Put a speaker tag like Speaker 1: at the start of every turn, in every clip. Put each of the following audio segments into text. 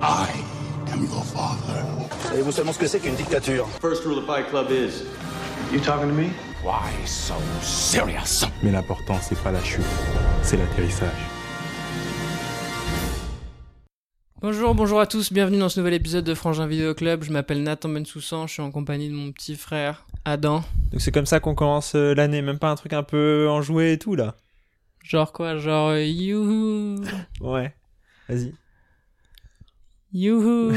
Speaker 1: I am your father.
Speaker 2: Savez-vous seulement ce que c'est qu'une dictature
Speaker 3: First rule of Fight Club is You talking to me
Speaker 1: Why so serious?
Speaker 4: Mais l'important, c'est pas la chute, c'est l'atterrissage.
Speaker 5: Bonjour, bonjour à tous, bienvenue dans ce nouvel épisode de Frangin Vidéo Club. Je m'appelle Nathan Bensoussan, je suis en compagnie de mon petit frère Adam.
Speaker 6: Donc c'est comme ça qu'on commence euh, l'année, même pas un truc un peu enjoué et tout là.
Speaker 5: Genre quoi Genre euh, youhou
Speaker 6: Ouais. Vas-y.
Speaker 5: Youhou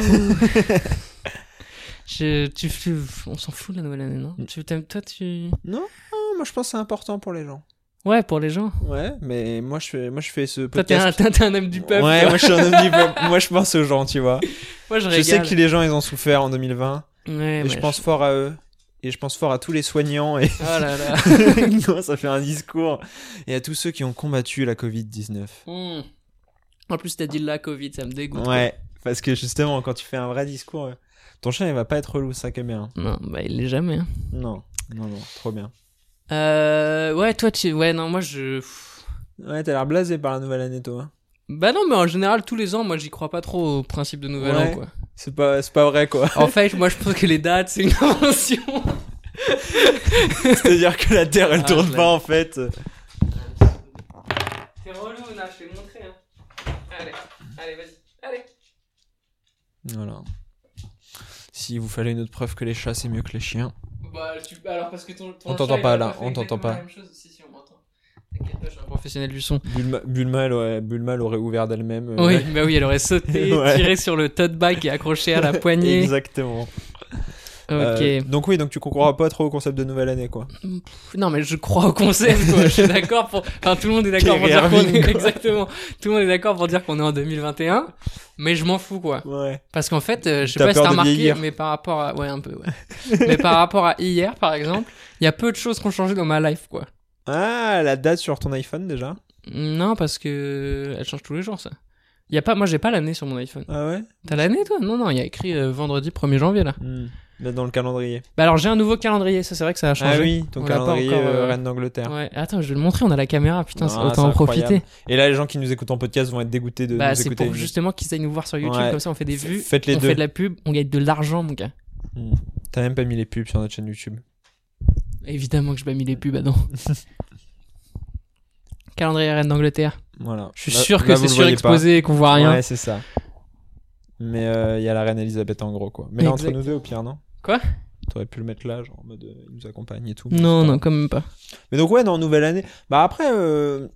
Speaker 5: Je, tu, tu- on s'en fout de la nouvelle année, non
Speaker 6: Mm.
Speaker 5: Tu t'aimes, toi, tu.
Speaker 6: Non, non, moi je pense que c'est important pour les gens.
Speaker 5: Ouais, pour les gens.
Speaker 6: Ouais, mais moi je fais, moi, je fais ce
Speaker 5: Toi, t'es un,
Speaker 6: podcast.
Speaker 5: t'es un homme du peuple.
Speaker 6: ouais,
Speaker 5: toi.
Speaker 6: moi je suis un homme du peuple. Moi je pense aux gens, tu vois.
Speaker 5: Moi, je
Speaker 6: Je sais
Speaker 5: régale.
Speaker 6: que les gens ils ont souffert en 2020
Speaker 5: Ouais,
Speaker 6: et
Speaker 5: mais
Speaker 6: je pense fort à eux et je pense fort à tous les soignants et
Speaker 5: Oh là là.
Speaker 6: non, ça fait un discours et à tous ceux qui ont combattu la Covid-19.
Speaker 5: Hmm. En plus, t'as dit la Covid, ça me dégoûte.
Speaker 6: Ouais, parce que justement quand tu fais un vrai discours, euh, ton chien il va pas être relou, ça que bien.
Speaker 5: Non, bah, il l'est jamais. hein.
Speaker 6: Non, non non, trop bien.
Speaker 5: Euh, ouais, toi, tu. Ouais, non, moi, je.
Speaker 6: Ouais, t'as l'air blasé par la nouvelle année, toi. hein.
Speaker 5: Bah non, mais en général, tous les ans, moi, j'y crois pas trop au principe de Nouvel An,
Speaker 6: Ouais.
Speaker 5: quoi.
Speaker 6: C'est pas, c'est pas vrai, quoi.
Speaker 5: En fait, moi, je pense que les dates, c'est une invention.
Speaker 6: C'est-à-dire que la Terre, elle
Speaker 5: Ah,
Speaker 6: tourne
Speaker 5: je
Speaker 6: pas, en fait.
Speaker 5: T'es relou, là, je vais montrer, hein. Allez, allez, vas-y, allez.
Speaker 6: Voilà. S'il vous fallait une autre preuve que les chats, c'est mieux que les chiens.
Speaker 5: Bah, tu... alors, parce que ton. ton
Speaker 6: On
Speaker 5: chat,
Speaker 6: t'entend
Speaker 5: il
Speaker 6: pas,
Speaker 5: a
Speaker 6: là,
Speaker 5: fait
Speaker 6: on t'entend
Speaker 5: exactement
Speaker 6: pas.
Speaker 5: la même chose. Si, si, on m'entend. T'inquiète pas, je suis un professionnel du son.
Speaker 6: Bulma, Bulma, elle aurait, Bulma, elle aurait ouvert d'elle-même. euh,
Speaker 5: Oui, bah oui, elle aurait sauté,
Speaker 6: Ouais.
Speaker 5: tiré sur le tote bag et accroché à la poignée.
Speaker 6: Exactement.
Speaker 5: Ok.
Speaker 6: Euh, donc oui, donc tu comprends pas trop au concept de nouvelle année, quoi.
Speaker 5: Non, mais je crois au concept, quoi. je suis d'accord pour. Enfin, tout le monde est d'accord pour dire
Speaker 6: Kerry
Speaker 5: qu'on
Speaker 6: Irving,
Speaker 5: est.
Speaker 6: quoi.
Speaker 5: Exactement. Tout le monde est d'accord pour dire qu'on est en 2021. Mais je m'en fous, quoi.
Speaker 6: Ouais.
Speaker 5: Parce qu'en fait, euh, je sais
Speaker 6: T'as
Speaker 5: pas si
Speaker 6: peur
Speaker 5: t'as
Speaker 6: de
Speaker 5: remarqué,
Speaker 6: vieillir.
Speaker 5: mais par rapport à. Ouais, un peu, ouais. mais par rapport à hier, par exemple, il y a peu de choses qui ont changé dans ma life, quoi.
Speaker 6: Ah, la date sur ton iPhone, déjà.
Speaker 5: Non, parce que. euh, Elle change tous les jours, ça. Y a pas... Moi, j'ai pas l'année sur mon iPhone.
Speaker 6: Ah ouais
Speaker 5: T'as l'année, toi Non, non, il y a écrit euh, vendredi 1er janvier, là.
Speaker 6: Hmm. Là, dans le calendrier.
Speaker 5: Bah, alors, j'ai un nouveau calendrier, ça, c'est vrai que ça a changé.
Speaker 6: Ah oui, ton
Speaker 5: On l'a pas
Speaker 6: calendrier
Speaker 5: encore,
Speaker 6: euh,
Speaker 5: euh,
Speaker 6: Reine d'Angleterre.
Speaker 5: Ouais, attends, je vais le montrer, on a la caméra, putain,
Speaker 6: Ah,
Speaker 5: c'est-
Speaker 6: c'est
Speaker 5: autant en profiter.
Speaker 6: incroyable. Et là, les gens qui nous écoutent en podcast vont être dégoûtés de
Speaker 5: Bah,
Speaker 6: nous
Speaker 5: c'est
Speaker 6: écouter.
Speaker 5: pour justement qu'ils aillent nous voir sur YouTube,
Speaker 6: Ouais.
Speaker 5: comme ça on fait des vues,
Speaker 6: Faites les
Speaker 5: on
Speaker 6: deux. Hmm.
Speaker 5: fait de la pub, on gagne de l'argent, mon gars.
Speaker 6: T'as même pas mis les pubs sur notre chaîne YouTube.
Speaker 5: Évidemment que je mis les pubs, Adam. Calendrier Reine d'Angleterre.
Speaker 6: Voilà.
Speaker 5: Je suis
Speaker 6: Là-
Speaker 5: sûr
Speaker 6: là,
Speaker 5: que
Speaker 6: vous
Speaker 5: c'est
Speaker 6: le voyez
Speaker 5: surexposé et qu'on voit
Speaker 6: pas.
Speaker 5: rien.
Speaker 6: Ouais, c'est ça. Mais euh, il y a la reine Elisabeth en gros, quoi. Mais là, entre
Speaker 5: Exact.
Speaker 6: nous deux, au pire, non
Speaker 5: Quoi
Speaker 6: T'aurais pu le mettre là, genre en mode euh, il nous accompagne et tout. mais
Speaker 5: Non,
Speaker 6: c'est pas-
Speaker 5: non, quand même pas.
Speaker 6: Mais donc, ouais, dans Nouvelle Année. Bah, après, euh,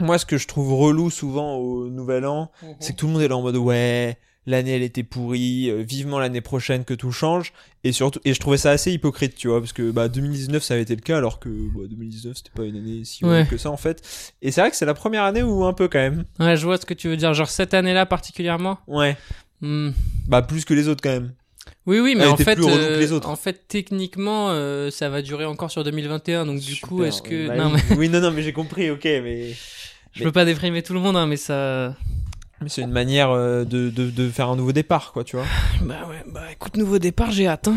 Speaker 6: moi, ce que je trouve relou souvent au Nouvel An,
Speaker 5: Mhm.
Speaker 6: c'est que tout le monde est là en mode ouais. L'année elle était pourrie, euh, vivement l'année prochaine que tout change et surtout et je trouvais ça assez hypocrite, tu vois, parce que bah 2019 ça avait été le cas alors que bah, 2019 c'était pas une année si
Speaker 5: Ouais.
Speaker 6: horrible que ça en fait. Et c'est vrai que c'est la première année où un peu quand même.
Speaker 5: Ouais, je vois ce que tu veux dire. Genre cette année-là particulièrement
Speaker 6: Ouais.
Speaker 5: Hmm.
Speaker 6: Bah plus que les autres quand même.
Speaker 5: Oui, oui, mais
Speaker 6: Elle
Speaker 5: en
Speaker 6: était
Speaker 5: fait,
Speaker 6: plus relou que
Speaker 5: euh,
Speaker 6: les autres.
Speaker 5: en fait, techniquement, euh, ça va durer encore sur 2021. Donc du coup,
Speaker 6: Super,
Speaker 5: est-ce que
Speaker 6: bah
Speaker 5: non,
Speaker 6: oui.
Speaker 5: mais
Speaker 6: Oui non non mais j'ai compris ok mais
Speaker 5: je peux pas déprimer tout le monde, hein, mais ça.
Speaker 6: mais c'est une manière euh, de, de, de faire un nouveau départ quoi tu vois.
Speaker 5: Bah ouais, bah écoute, nouveau départ, j'ai hâte. Hein.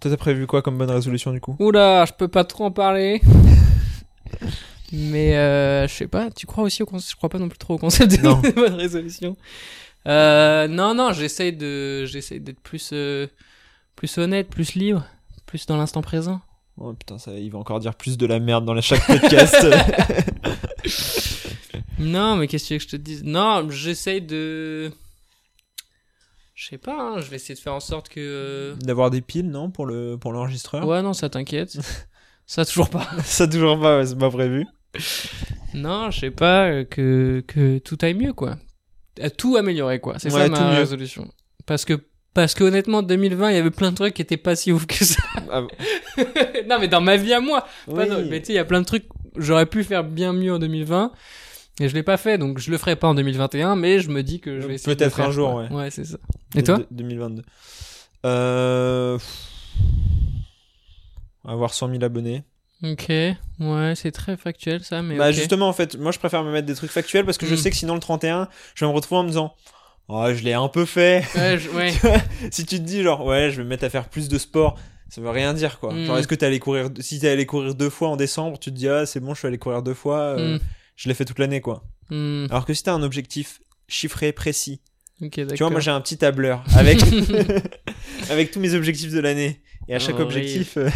Speaker 6: Toi t'as prévu quoi comme bonne résolution du coup
Speaker 5: Oula, je peux pas trop en parler. Mais euh, je sais pas, tu crois aussi au concept Je crois pas non plus trop au concept de
Speaker 6: Non.
Speaker 5: de bonne résolution. Euh, non, non, j'essaye de, j'essaye d'être plus, euh, plus honnête, plus libre, plus dans l'instant présent.
Speaker 6: Oh putain ça il va encore dire plus de la merde dans la chaque podcast.
Speaker 5: Non, mais qu'est-ce que tu veux que je te dise Non, j'essaye de, je sais pas, hein, je vais essayer de faire en sorte que. euh,
Speaker 6: D'avoir des piles non pour le pour l'enregistreur.
Speaker 5: Ouais, non, ça t'inquiète. Ça toujours pas.
Speaker 6: Ça toujours pas ouais, c'est pas prévu.
Speaker 5: Non, je sais pas, euh, que, que tout aille mieux, quoi. À Tout améliorer, quoi. C'est ça
Speaker 6: Ouais, tout
Speaker 5: ma
Speaker 6: mieux.
Speaker 5: résolution. Parce que, parce que honnêtement, 2020, il y avait plein de trucs qui étaient pas si ouf que ça.
Speaker 6: Ah,
Speaker 5: non, mais dans ma vie à moi. Pas
Speaker 6: oui.
Speaker 5: dans- mais tu sais, il y a plein de trucs, j'aurais pu faire bien mieux en 2020. Et je l'ai pas fait, donc je le ferai pas en 2021, mais je me dis que je vais essayer de le
Speaker 6: Peut-être un
Speaker 5: faire,
Speaker 6: jour,
Speaker 5: quoi.
Speaker 6: ouais.
Speaker 5: Ouais, c'est ça. Et toi
Speaker 6: De- 2022. Euh... pff. Avoir 100 000 abonnés.
Speaker 5: Ok. Ouais, c'est très factuel, ça, mais.
Speaker 6: bah
Speaker 5: ok.
Speaker 6: justement en fait, moi je préfère me mettre des trucs factuels parce que je
Speaker 5: Mm.
Speaker 6: sais que sinon le 31, je vais me retrouver en me disant "Oh, je l'ai un peu fait."
Speaker 5: Ouais, je- ouais.
Speaker 6: si tu te dis genre "Ouais, je vais me mettre à faire plus de sport." Ça veut rien dire quoi.
Speaker 5: Mm.
Speaker 6: Genre est-ce que t'es allé courir si t'es allé courir deux fois en décembre, tu te dis "Ah, c'est bon, je suis allé courir deux fois, euh,
Speaker 5: Mm,
Speaker 6: je l'ai fait toute l'année quoi."
Speaker 5: mm.
Speaker 6: Alors que si t'as un objectif chiffré précis
Speaker 5: Ok, d'accord.
Speaker 6: Tu vois, moi j'ai un petit tableur avec, avec tous mes objectifs de l'année. Et à chaque
Speaker 5: Horrible.
Speaker 6: objectif, euh,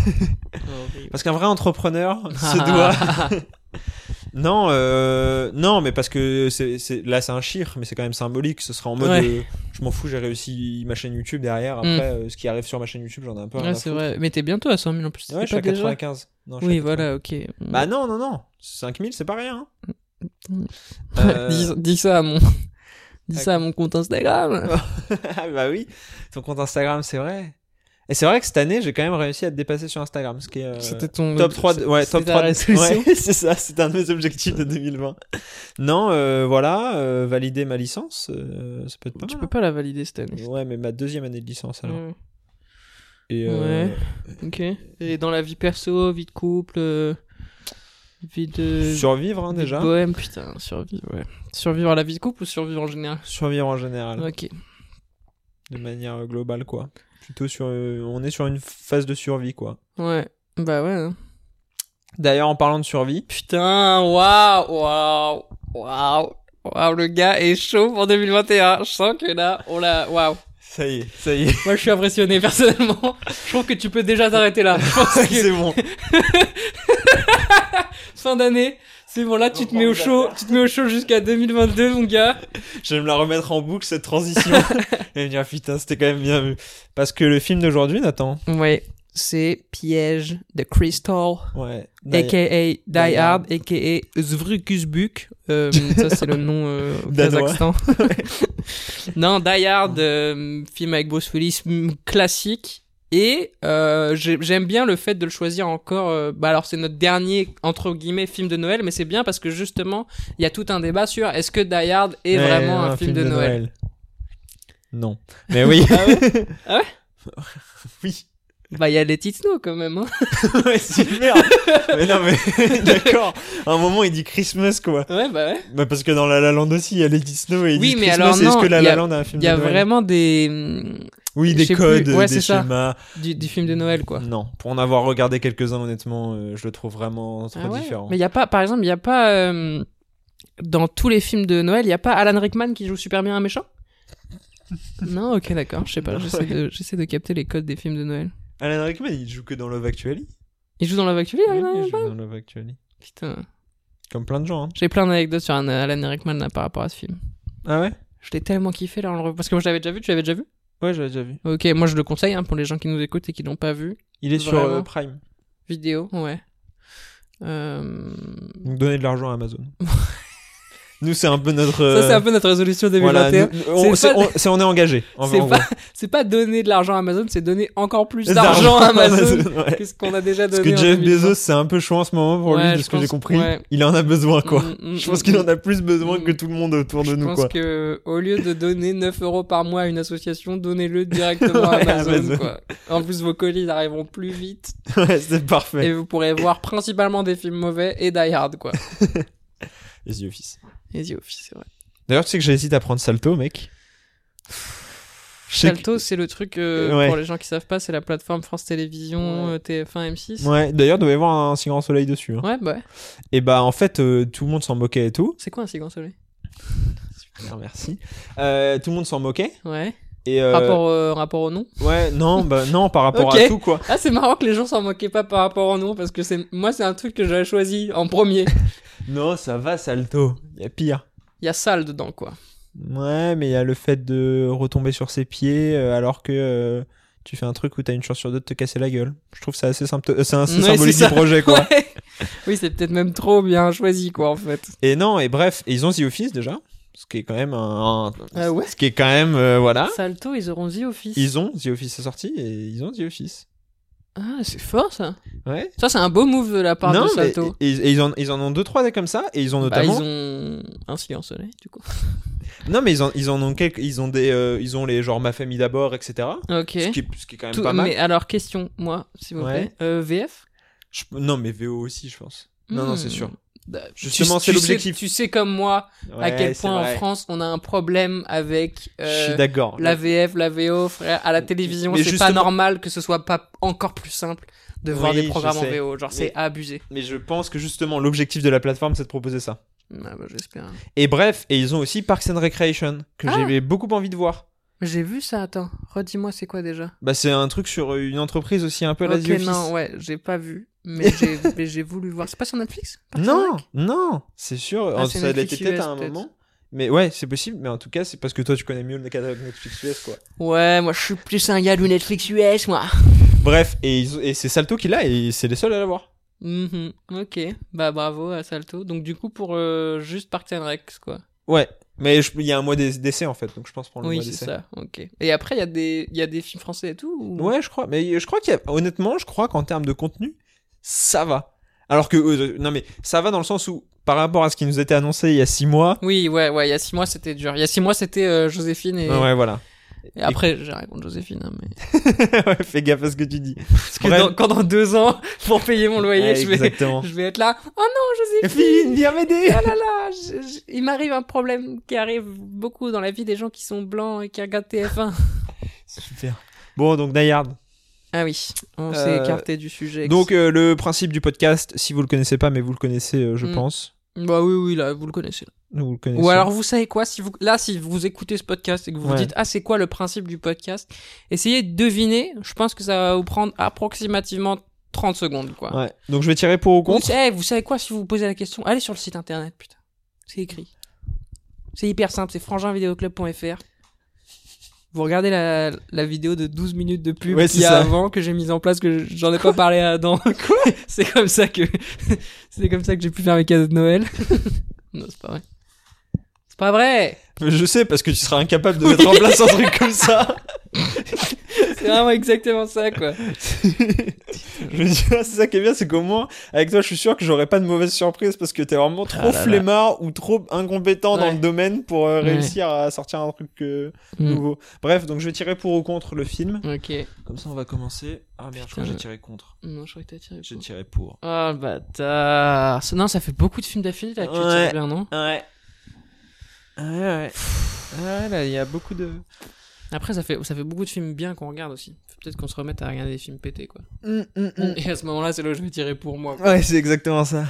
Speaker 5: Horrible.
Speaker 6: parce qu'un vrai entrepreneur se doit. Non, euh, non, mais parce que c'est c'est- là c'est un chiffre, mais c'est quand même symbolique. Ce sera en mode,
Speaker 5: Ouais.
Speaker 6: euh, je m'en fous, j'ai réussi ma chaîne YouTube derrière. Après,
Speaker 5: Mm.
Speaker 6: euh, ce qui arrive sur ma chaîne YouTube, j'en ai un peu. rien
Speaker 5: Ouais,
Speaker 6: à
Speaker 5: c'est
Speaker 6: foutre.
Speaker 5: vrai. Mais t'es bientôt à 100 000 en plus.
Speaker 6: Ouais,
Speaker 5: c'est
Speaker 6: je suis
Speaker 5: pas
Speaker 6: à
Speaker 5: déjà
Speaker 6: 95. Non, je suis à
Speaker 5: Oui,
Speaker 6: 95.
Speaker 5: voilà, ok.
Speaker 6: Bah non, non, non. 5000, c'est pas rien. hein.
Speaker 5: Ouais,
Speaker 6: Euh,
Speaker 5: dis, dis ça à mon... dis ça à mon compte Instagram.
Speaker 6: Ah, bah oui, ton compte Instagram, c'est vrai. Et c'est vrai que cette année, j'ai quand même réussi à te dépasser sur Instagram, ce qui est euh,
Speaker 5: C'était ton...
Speaker 6: top 3 de- ouais,
Speaker 5: c'était
Speaker 6: top
Speaker 5: ta
Speaker 6: 3 de-
Speaker 5: résolution.
Speaker 6: ouais, c'est ça, c'est un de mes objectifs de 2020. Non, euh, voilà, euh, valider ma licence, euh, ça peut être pas
Speaker 5: Tu
Speaker 6: mal,
Speaker 5: peux pas la valider cette année.
Speaker 6: hein. Ouais, mais ma deuxième année de licence alors.
Speaker 5: Ouais.
Speaker 6: Et euh,
Speaker 5: Ouais. Ok. Et dans la vie perso, vie de couple, euh, vie de...
Speaker 6: survivre hein,
Speaker 5: vie de
Speaker 6: déjà,
Speaker 5: Bohème, putain, survivre, ouais. Survivre à la vie de couple ou survivre en général
Speaker 6: survivre en général
Speaker 5: Ok.
Speaker 6: de manière euh, globale quoi. Plutôt sur euh, on est sur une phase de survie quoi.
Speaker 5: Ouais. Bah ouais. hein.
Speaker 6: D'ailleurs, en parlant de survie,
Speaker 5: Putain, waouh, waouh, waouh. Waouh, le gars est chaud pour 2021. Je sens que là, on l'a. Waouh.
Speaker 6: ça y est, ça y est.
Speaker 5: Moi, je suis impressionné personnellement. Je trouve que tu peux déjà t'arrêter là. Je pense que
Speaker 6: c'est bon.
Speaker 5: fin d'année, c'est bon. Là, tu te mets au chaud. Tu te mets au chaud jusqu'à 2022, mon gars.
Speaker 6: Je vais me la remettre en boucle cette transition et me dire putain c'était quand même bien vu parce que le film d'aujourd'hui Nathan
Speaker 5: Ouais. C'est Piège de Crystal,
Speaker 6: ouais d'ailleurs,
Speaker 5: a.k.a. Die
Speaker 6: Hard,
Speaker 5: Hard, a.k.a. Zvrukuzbuk. Euh, ça, c'est le nom euh, au
Speaker 6: Danois.
Speaker 5: Kazakhstan. non, Die Hard, euh, film avec Bruce Willis, mm, classique. Et euh, j'ai- j'aime bien le fait de le choisir encore. euh, bah alors c'est notre dernier entre guillemets film de Noël, mais c'est bien parce que justement il y a tout un débat sur est-ce que Die Hard est
Speaker 6: ouais,
Speaker 5: vraiment un, film, de, Noël.
Speaker 6: non mais oui
Speaker 5: Ah ouais Ah
Speaker 6: oui
Speaker 5: Bah il y a les titres quand même. hein.
Speaker 6: ouais c'est merde mais non mais d'accord à un moment il dit Christmas quoi
Speaker 5: Ouais bah ouais.
Speaker 6: bah parce que dans La La Land aussi il y a Lady Snow et ils
Speaker 5: Oui,
Speaker 6: disent
Speaker 5: mais
Speaker 6: Christmas
Speaker 5: alors non,
Speaker 6: est-ce que La
Speaker 5: il y
Speaker 6: La
Speaker 5: a-
Speaker 6: Land a un film
Speaker 5: Il y a
Speaker 6: de Noël
Speaker 5: vraiment des mm,
Speaker 6: oui
Speaker 5: je
Speaker 6: des
Speaker 5: sais
Speaker 6: codes
Speaker 5: plus. Ouais,
Speaker 6: des
Speaker 5: c'est ça.
Speaker 6: schémas
Speaker 5: du, du film de Noël quoi.
Speaker 6: non pour en avoir regardé quelques-uns honnêtement euh, je le trouve vraiment trop
Speaker 5: Ah ouais.
Speaker 6: différent
Speaker 5: Mais il y a pas, par exemple, il y a pas euh, dans tous les films de Noël, il y a pas Alan Rickman qui joue super bien un méchant. non, ok, d'accord. Je sais pas. J'essaie de, j'essaie de capter les codes des films de Noël.
Speaker 6: Alan Rickman il joue que dans Love Actually
Speaker 5: Il joue dans Ah, Love Actually,
Speaker 6: Oui,
Speaker 5: Alan
Speaker 6: il
Speaker 5: Rickman
Speaker 6: joue dans Love Actually
Speaker 5: Putain,
Speaker 6: comme plein de gens hein.
Speaker 5: j'ai plein d'anecdotes sur un- Alan Rickman là, par rapport à ce film.
Speaker 6: Ah ouais
Speaker 5: Je l'ai tellement kiffé là, on le revoit. parce que moi je l'avais déjà vu. Tu l'avais déjà vu
Speaker 6: Ouais, j'avais déjà vu.
Speaker 5: Ok, moi je le conseille hein, pour les gens qui nous écoutent et qui l'ont pas vu.
Speaker 6: Il est sur
Speaker 5: Vraiment
Speaker 6: euh, Prime.
Speaker 5: Vidéo, ouais. Euh,
Speaker 6: Donc donnez de l'argent à Amazon. nous, c'est un peu notre. euh,
Speaker 5: Ça c'est un peu notre résolution 2021.
Speaker 6: voilà, nous- on,
Speaker 5: C'est
Speaker 6: c'est,
Speaker 5: pas-
Speaker 6: on, c'est- on est engagé. en-
Speaker 5: C'est
Speaker 6: en
Speaker 5: pas,
Speaker 6: gros.
Speaker 5: c'est pas donner de l'argent à Amazon, c'est donner encore plus d'argent à Amazon
Speaker 6: ouais.
Speaker 5: que ce qu'on a déjà
Speaker 6: Parce
Speaker 5: donné.
Speaker 6: que
Speaker 5: en
Speaker 6: Jeff
Speaker 5: 2020.
Speaker 6: Bezos, c'est un peu chaud en ce moment pour
Speaker 5: Ouais,
Speaker 6: lui, de
Speaker 5: je
Speaker 6: ce que j'ai
Speaker 5: pense-
Speaker 6: compris.
Speaker 5: ouais.
Speaker 6: Il en a besoin, quoi.
Speaker 5: Mm, mm,
Speaker 6: je pense
Speaker 5: mm,
Speaker 6: qu'il
Speaker 5: mm.
Speaker 6: en a plus besoin
Speaker 5: Mm.
Speaker 6: que tout le monde autour de
Speaker 5: Je
Speaker 6: nous,
Speaker 5: pense
Speaker 6: quoi.
Speaker 5: que au lieu de donner 9 euros par mois à une association, donnez-le directement à
Speaker 6: Ouais,
Speaker 5: Amazon.
Speaker 6: Amazon.
Speaker 5: Quoi. En plus, vos colis ils arriveront plus vite
Speaker 6: ouais, c'est parfait.
Speaker 5: et vous pourrez voir principalement des films mauvais et Die Hard. Quoi.
Speaker 6: Et The Office.
Speaker 5: Et The Office, c'est vrai.
Speaker 6: D'ailleurs, tu sais que j'hésite à prendre Salto, mec. Je sais que-
Speaker 5: Salto, c'est le truc euh,
Speaker 6: Ouais.
Speaker 5: pour les gens qui savent pas, c'est la plateforme France Télévisions,
Speaker 6: Ouais.
Speaker 5: euh, TF1, M6. Ouais,
Speaker 6: Ouais, d'ailleurs, il doit y avoir un si grand soleil dessus. hein.
Speaker 5: bah ouais.
Speaker 6: Et bah, en fait, euh, tout le monde s'en moquait et tout.
Speaker 5: C'est quoi un si grand soleil Ah,
Speaker 6: Super, merci. Euh, tout le monde s'en moquait.
Speaker 5: Ouais.
Speaker 6: Et euh,
Speaker 5: Rapport, euh, rapport au nom
Speaker 6: Ouais, non, bah non, par rapport
Speaker 5: Ok.
Speaker 6: à tout quoi.
Speaker 5: Ah, c'est marrant que les gens s'en moquaient pas par rapport au nom parce que c'est moi, c'est un truc que j'avais choisi en premier.
Speaker 6: Non, ça va, Salto. Il y a pire.
Speaker 5: Il y a sale dedans, quoi.
Speaker 6: Ouais, mais il y a le fait de retomber sur ses pieds euh, alors que euh, tu fais un truc où t'as une chance sur deux de te casser la gueule. Je trouve ça assez, sympto- euh, c'est assez
Speaker 5: Mm, Ouais,
Speaker 6: symbolique
Speaker 5: c'est
Speaker 6: du
Speaker 5: ça.
Speaker 6: projet quoi.
Speaker 5: Ouais. oui, c'est peut-être même trop bien choisi, quoi, en fait.
Speaker 6: Et non, et bref, et ils ont The Office déjà, ce qui est quand même un. un-
Speaker 5: Euh, ouais.
Speaker 6: Ce qui est quand même. euh, voilà.
Speaker 5: Salto, ils auront The Office.
Speaker 6: Ils ont The Office est sorti et ils ont The Office.
Speaker 5: Ah, c'est fort, ça.
Speaker 6: Ouais.
Speaker 5: Ça, c'est un beau move de la part
Speaker 6: non,
Speaker 5: de
Speaker 6: mais-
Speaker 5: Salto.
Speaker 6: et, et ils en, ils en ont deux, trois des comme ça, et ils ont
Speaker 5: Bah,
Speaker 6: notamment.
Speaker 5: ils ont un silence soleil, du coup.
Speaker 6: Non, mais ils en, ils en ont quelques. Ils ont des. euh, ils ont les genre Ma famille d'abord, etc.
Speaker 5: Ok.
Speaker 6: Ce, qui est, ce qui est quand même
Speaker 5: Tout-
Speaker 6: pas mal.
Speaker 5: Mais alors, question, moi, s'il vous
Speaker 6: Ouais.
Speaker 5: plaît. Euh, VF
Speaker 6: Je- Non, mais VO aussi, je pense. Non, non, c'est
Speaker 5: Hmm.
Speaker 6: sûr.
Speaker 5: Bah,
Speaker 6: Justement,
Speaker 5: tu-
Speaker 6: c'est
Speaker 5: tu
Speaker 6: l'objectif.
Speaker 5: sais- Tu sais comme moi à
Speaker 6: Ouais,
Speaker 5: quel
Speaker 6: c'est
Speaker 5: point en
Speaker 6: vrai.
Speaker 5: France on a un problème avec euh,
Speaker 6: Je suis d'accord.
Speaker 5: La VF, la VO, frère, à la télévision,
Speaker 6: Mais
Speaker 5: c'est pas
Speaker 6: justement-
Speaker 5: normal que ce soit pas encore plus simple de voir
Speaker 6: Oui,
Speaker 5: des programmes
Speaker 6: je
Speaker 5: en
Speaker 6: sais.
Speaker 5: VO. Genre,
Speaker 6: Mais-
Speaker 5: c'est abusé.
Speaker 6: Mais je pense que justement, l'objectif de la plateforme, c'est de proposer ça.
Speaker 5: Ah bah, j'espère.
Speaker 6: Et bref, et ils ont aussi Parks and Recreation, que
Speaker 5: Ah.
Speaker 6: j'avais beaucoup envie de voir.
Speaker 5: J'ai vu ça, attends. Redis-moi, c'est quoi déjà
Speaker 6: Bah, c'est un truc sur une entreprise aussi un peu à la
Speaker 5: Ok,
Speaker 6: The Office.
Speaker 5: non, ouais, j'ai pas vu. Mais j'ai- mais j'ai voulu voir. Ah, C'est pas sur Netflix Parks and
Speaker 6: Non,
Speaker 5: Rec
Speaker 6: non, c'est sûr.
Speaker 5: Ah,
Speaker 6: En-
Speaker 5: c'est
Speaker 6: ça l'était
Speaker 5: Netflix
Speaker 6: peut-être
Speaker 5: US,
Speaker 6: à un
Speaker 5: peut-être.
Speaker 6: moment. Mais ouais, c'est possible. Mais en tout cas, c'est parce que toi, tu connais mieux le catalogue Netflix US, quoi.
Speaker 5: Ouais, moi je suis plus un gars du Netflix US, moi.
Speaker 6: Bref, et, ils- et c'est Salto qui l'a, et c'est les seuls à l'avoir.
Speaker 5: Mhm, ok, bah bravo à Salto. Donc du coup pour euh, juste Parks and Rec, quoi.
Speaker 6: Ouais. Mais je- il y a un mois d'ess- d'essai, en fait, donc je pense prendre le
Speaker 5: oui,
Speaker 6: mois
Speaker 5: c'est
Speaker 6: d'essai.
Speaker 5: ça. Ok. Et après il y a des il y a des films français et tout. ou-
Speaker 6: Ouais, je crois. Mais je crois qu'il y a... Honnêtement, je crois qu'en termes de contenu, ça va. Alors que... euh, non, mais ça va dans le sens où, par rapport à ce qui nous était annoncé il y a six mois...
Speaker 5: Oui, ouais, ouais. Il y a six mois c'était dur. Il y a six mois c'était euh, Joséphine et...
Speaker 6: Ouais, voilà.
Speaker 5: et après j'arrête contre Joséphine. hein, mais...
Speaker 6: Ouais, Fais gaffe à ce que tu dis.
Speaker 5: Parce que
Speaker 6: Bref.
Speaker 5: dans- quand dans deux ans pour payer mon loyer,
Speaker 6: Ouais,
Speaker 5: je vais
Speaker 6: Exactement.
Speaker 5: je vais être là. Oh non,
Speaker 6: Fine,
Speaker 5: Joséphine.
Speaker 6: viens m'aider
Speaker 5: Oh là là, je- je- il m'arrive un problème qui arrive beaucoup dans la vie des gens qui sont blancs et qui regardent TF1.
Speaker 6: Super. Bon, donc, Nayard.
Speaker 5: Ah oui, on s'est
Speaker 6: Euh,
Speaker 5: écarté du sujet.
Speaker 6: Donc euh, le principe du podcast, si vous le connaissez pas, mais vous le connaissez, euh, je
Speaker 5: Mm.
Speaker 6: pense.
Speaker 5: bah oui, oui, là vous le connaissez.
Speaker 6: Vous le connaissez.
Speaker 5: Ou alors vous savez quoi si vous là si vous écoutez ce podcast et que vous vous
Speaker 6: Ouais.
Speaker 5: dites ah c'est quoi le principe du podcast essayez de deviner je pense que ça va vous prendre approximativement 30 secondes quoi.
Speaker 6: Ouais. Donc je vais tirer pour ou
Speaker 5: Vous,
Speaker 6: contre.
Speaker 5: eh, vous savez quoi si vous vous posez la question allez sur le site internet putain c'est écrit c'est hyper simple c'est franginvideoclub.fr vous regardez la, la vidéo de 12 minutes de pub
Speaker 6: Ouais,
Speaker 5: qu'il y
Speaker 6: c'est
Speaker 5: a
Speaker 6: ça.
Speaker 5: avant que j'ai mise en place que j'en ai pas parlé à Adam c'est comme ça que c'est comme ça que j'ai pu faire mes cadeaux de Noël non c'est pas vrai c'est pas vrai
Speaker 6: Je sais parce que tu seras incapable de
Speaker 5: Oui.
Speaker 6: mettre en place un truc comme ça.
Speaker 5: C'est vraiment exactement ça, quoi.
Speaker 6: je veux dire, c'est ça qui est bien, c'est qu'au moins avec toi, je suis sûr que j'aurai pas de mauvaise surprise parce que t'es vraiment trop
Speaker 5: Ah là là.
Speaker 6: flemmard ou trop incompétent dans
Speaker 5: Ouais.
Speaker 6: le domaine pour euh,
Speaker 5: Ouais. Mm.
Speaker 6: réussir à sortir un truc euh, nouveau. Bref, donc je vais tirer pour ou contre le film.
Speaker 5: Ok.
Speaker 6: Comme ça, on va commencer. Ah merde, je crois que j'ai tiré contre.
Speaker 5: Non, je crois que t'as tiré.
Speaker 6: J'ai tiré pour.
Speaker 5: Oh, le bâtard. Ça- Non, ça fait beaucoup de films d'affilée, là, que tu
Speaker 6: Ouais.
Speaker 5: tires bien, hein, non
Speaker 6: Ouais. Ouais, ouais. Ah là, il y a beaucoup de.
Speaker 5: Après, ça fait, ça fait beaucoup de films bien qu'on regarde aussi. Faut Peut-être qu'on se remette à regarder des films pétés, quoi. Et à ce moment-là, c'est là où je vais tirer pour moi. quoi.
Speaker 6: Mm, Ouais, c'est exactement ça.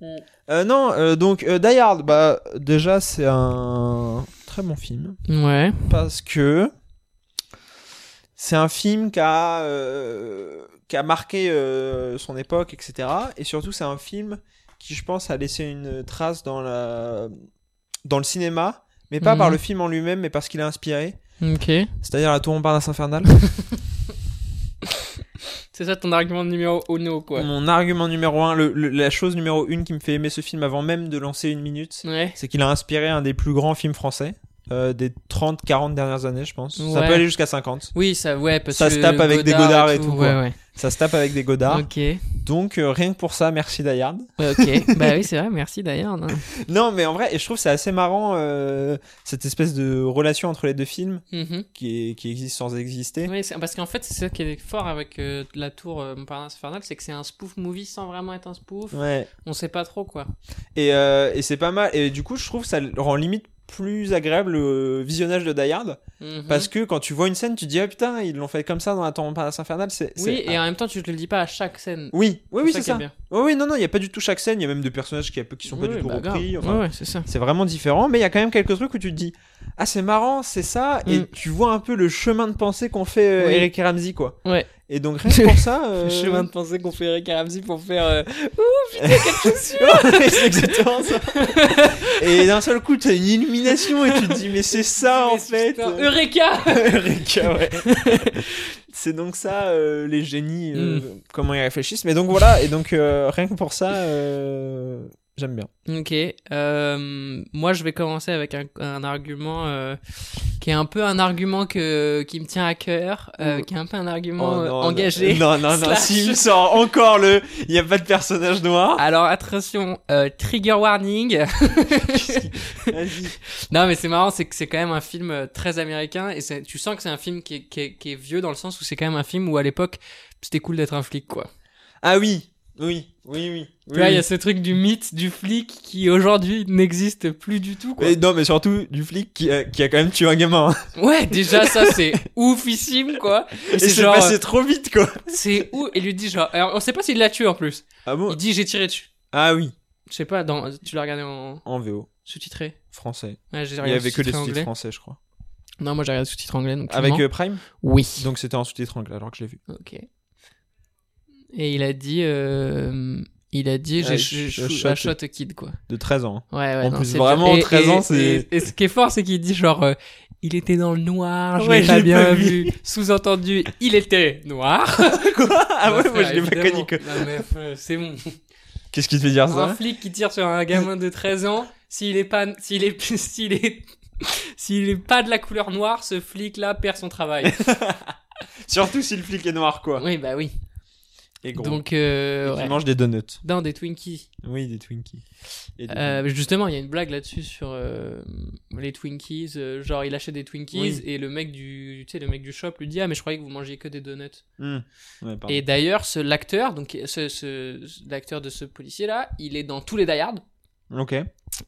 Speaker 5: Mm.
Speaker 6: Euh, non, euh, donc euh, Die Hard, bah déjà c'est un très bon film
Speaker 5: Ouais.
Speaker 6: parce que c'est un film qui a, euh, qui a marqué euh, son époque, etc. Et surtout c'est un film qui je pense a laissé une trace dans, la... dans le cinéma, mais pas
Speaker 5: Mhm.
Speaker 6: par le film en lui-même, mais parce qu'il a inspiré,
Speaker 5: Ok.
Speaker 6: c'est-à-dire la tour Montparnasse infernale.
Speaker 5: C'est ça ton argument numéro uno, quoi.
Speaker 6: Mon argument numéro un, le- le- la chose numéro une qui me fait aimer ce film avant même de lancer une minute,
Speaker 5: Ouais.
Speaker 6: c'est qu'il a inspiré un des plus grands films français euh, des 30-40 dernières années, je pense. Ça
Speaker 5: Ouais.
Speaker 6: peut aller jusqu'à 50.
Speaker 5: Oui, ça, ouais, parce
Speaker 6: Ça
Speaker 5: que
Speaker 6: se tape avec des Godard et tout, quoi. Ah.
Speaker 5: Ouais, ouais.
Speaker 6: Ça se tape avec des Godard.
Speaker 5: Ok.
Speaker 6: Donc, euh, rien que pour ça, merci Dayard.
Speaker 5: Ok. bah oui, c'est vrai, merci d'ailleurs. non.
Speaker 6: Non, mais en vrai, et je trouve que c'est assez marrant euh, cette espèce de relation entre les deux films
Speaker 5: Mhm.
Speaker 6: qui, est- qui existe sans exister.
Speaker 5: Oui, c'est- parce qu'en fait, c'est ça qui est fort avec euh, la tour euh, Montparnasse Infernale, c'est que c'est un spoof movie sans vraiment être un spoof.
Speaker 6: Ouais.
Speaker 5: On sait pas trop quoi.
Speaker 6: Et, euh, et c'est pas mal. Et du coup, je trouve que ça le rend limite plus agréable le visionnage de Dayard.
Speaker 5: Mhm.
Speaker 6: Parce que quand tu vois une scène, tu te dis ah putain, ils l'ont fait comme ça dans la tour Palace infernale. C'est, c'est-
Speaker 5: oui, et en même temps, tu te le dis pas à chaque scène.
Speaker 6: oui, oui, oui, c'est
Speaker 5: qui est
Speaker 6: ça.
Speaker 5: bien.
Speaker 6: Oui, oui, non, non, il y a pas du tout chaque scène. Il y a même des personnages qui, qui sont pas
Speaker 5: Oui,
Speaker 6: du tout
Speaker 5: bah, grave.
Speaker 6: repris. enfin,
Speaker 5: Ouais, ouais, c'est ça.
Speaker 6: C'est vraiment différent, mais il y a quand même quelques trucs où tu te dis ah c'est marrant, c'est ça, et
Speaker 5: Mm.
Speaker 6: tu vois un peu le chemin de pensée qu'ont fait euh,
Speaker 5: Oui.
Speaker 6: Eric et Ramsey quoi.
Speaker 5: Ouais.
Speaker 6: Et donc rien que pour ça. euh,
Speaker 5: Le chemin de pensée qu'on fait Eric Ramsey pour faire. euh,
Speaker 6: c'est exactement ça. et d'un seul coup, t'as une illumination et tu te dis mais c'est ça en fait.
Speaker 5: Eureka
Speaker 6: Eureka, ouais. c'est donc ça, euh, les génies, euh,
Speaker 5: Hmm.
Speaker 6: comment ils réfléchissent. Mais donc voilà, et donc euh, rien que pour ça, euh, j'aime bien.
Speaker 5: Ok. euh, moi, je vais commencer avec un, un argument euh, qui est un peu un argument que, qui me tient à cœur, euh,
Speaker 6: Mm.
Speaker 5: qui est un peu un
Speaker 6: Oh,
Speaker 5: argument euh,
Speaker 6: non,
Speaker 5: engagé.
Speaker 6: Non, non, non,
Speaker 5: Slash.
Speaker 6: s'il me sort encore le. Il n'y a pas de personnage noir.
Speaker 5: Alors, attention, euh, trigger warning.
Speaker 6: Vas-y.
Speaker 5: Non, mais c'est marrant, c'est que c'est quand même un film euh, très américain et c'est- tu sens que c'est un film qui est, qui, est, qui est vieux dans le sens où c'est quand même un film où à l'époque c'était cool d'être un flic quoi.
Speaker 6: Ah oui, oui, oui, oui.
Speaker 5: Tu
Speaker 6: oui,
Speaker 5: vois, il y a
Speaker 6: oui.
Speaker 5: ce truc du mythe du flic qui aujourd'hui n'existe plus du tout quoi.
Speaker 6: Et non, mais surtout du flic qui a, qui a quand même tué un gamin. hein.
Speaker 5: Ouais, déjà ça c'est oufissime quoi. Et
Speaker 6: Et
Speaker 5: c'est
Speaker 6: c'est
Speaker 5: genre
Speaker 6: passé
Speaker 5: euh,
Speaker 6: trop vite, quoi.
Speaker 5: c'est où il lui dit genre alors, on sait pas s'il l'a tué en plus.
Speaker 6: Ah bon
Speaker 5: Il dit j'ai tiré dessus.
Speaker 6: Ah oui.
Speaker 5: Je sais pas, dans... tu l'as regardé en
Speaker 6: en VO
Speaker 5: sous-titré
Speaker 6: français.
Speaker 5: Ouais, j'ai
Speaker 6: Il y
Speaker 5: regardé
Speaker 6: avait que des
Speaker 5: sous-titré
Speaker 6: sous-titres
Speaker 5: anglais.
Speaker 6: français, je crois.
Speaker 5: Non, moi j'ai regardé sous-titre anglais. Donc tu
Speaker 6: Avec
Speaker 5: mens.
Speaker 6: euh, Prime
Speaker 5: Oui.
Speaker 6: Donc c'était en sous-titre anglais alors que je l'ai vu.
Speaker 5: Ok. Et il a dit. euh, Il a dit,
Speaker 6: Ah,
Speaker 5: j'ai j'ai-
Speaker 6: je- je
Speaker 5: j'ai-
Speaker 6: shot
Speaker 5: un shot kid, quoi.
Speaker 6: De 13 ans. hein.
Speaker 5: Ouais, ouais.
Speaker 6: En
Speaker 5: non,
Speaker 6: plus,
Speaker 5: c'est
Speaker 6: vraiment,
Speaker 5: dur. Et-
Speaker 6: 13 ans,
Speaker 5: et-
Speaker 6: c'est-
Speaker 5: Et, et ce qui est fort, c'est qu'il dit genre, euh, il était dans le noir, je
Speaker 6: Ouais,
Speaker 5: l'ai
Speaker 6: je
Speaker 5: pas
Speaker 6: l'ai
Speaker 5: bien
Speaker 6: pas
Speaker 5: vu. Sous-entendu, il était noir.
Speaker 6: Quoi Ah ouais,
Speaker 5: Bah,
Speaker 6: moi je l'ai
Speaker 5: frère,
Speaker 6: pas
Speaker 5: évidemment.
Speaker 6: connu que. Ah,
Speaker 5: Non, mais, euh, C'est bon.
Speaker 6: Qu'est-ce qui te fait dire
Speaker 5: Un
Speaker 6: ça
Speaker 5: flic qui tire sur un gamin de 13 ans, s'il est pas, s'il est, s'il est, s'il est pas de la couleur noire, ce flic-là perd son travail.
Speaker 6: Surtout si le flic est noir quoi.
Speaker 5: oui, bah oui.
Speaker 6: Et gros.
Speaker 5: Donc, euh,
Speaker 6: Et qui
Speaker 5: ouais.
Speaker 6: mange des donuts.
Speaker 5: dans des Twinkies.
Speaker 6: Oui, des Twinkies. Et des-
Speaker 5: Euh, justement, il y a une blague là-dessus sur euh, les Twinkies. euh, genre, il achète des Twinkies
Speaker 6: Oui.
Speaker 5: et le mec du, tu sais, le mec du shop lui dit ah mais je croyais que vous mangiez que des donuts.
Speaker 6: Hmm. Ouais, pardon.
Speaker 5: Et d'ailleurs, ce l'acteur, donc ce, ce- ce- l'acteur de ce policier là, il est dans tous les Die Hard.
Speaker 6: Ok.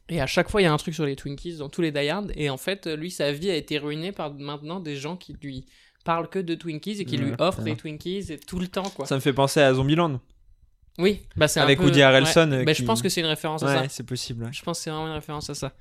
Speaker 5: Et à chaque fois, il y a un truc sur les Twinkies dans tous les Die Hard. Et en fait, lui, sa vie a été ruinée par maintenant des gens qui lui parlent que de Twinkies et qui lui
Speaker 6: Ouais,
Speaker 5: offrent
Speaker 6: ouais.
Speaker 5: des Twinkies et tout le temps quoi.
Speaker 6: Ça me fait penser à Zombieland.
Speaker 5: Oui, bah c'est un
Speaker 6: Avec
Speaker 5: peu-
Speaker 6: Woody Harrelson,
Speaker 5: ouais.
Speaker 6: euh,
Speaker 5: Bah,
Speaker 6: qui-
Speaker 5: je pense que c'est une référence à ça.
Speaker 6: Ouais, c'est possible. ouais.
Speaker 5: Je pense que c'est vraiment une référence à ça.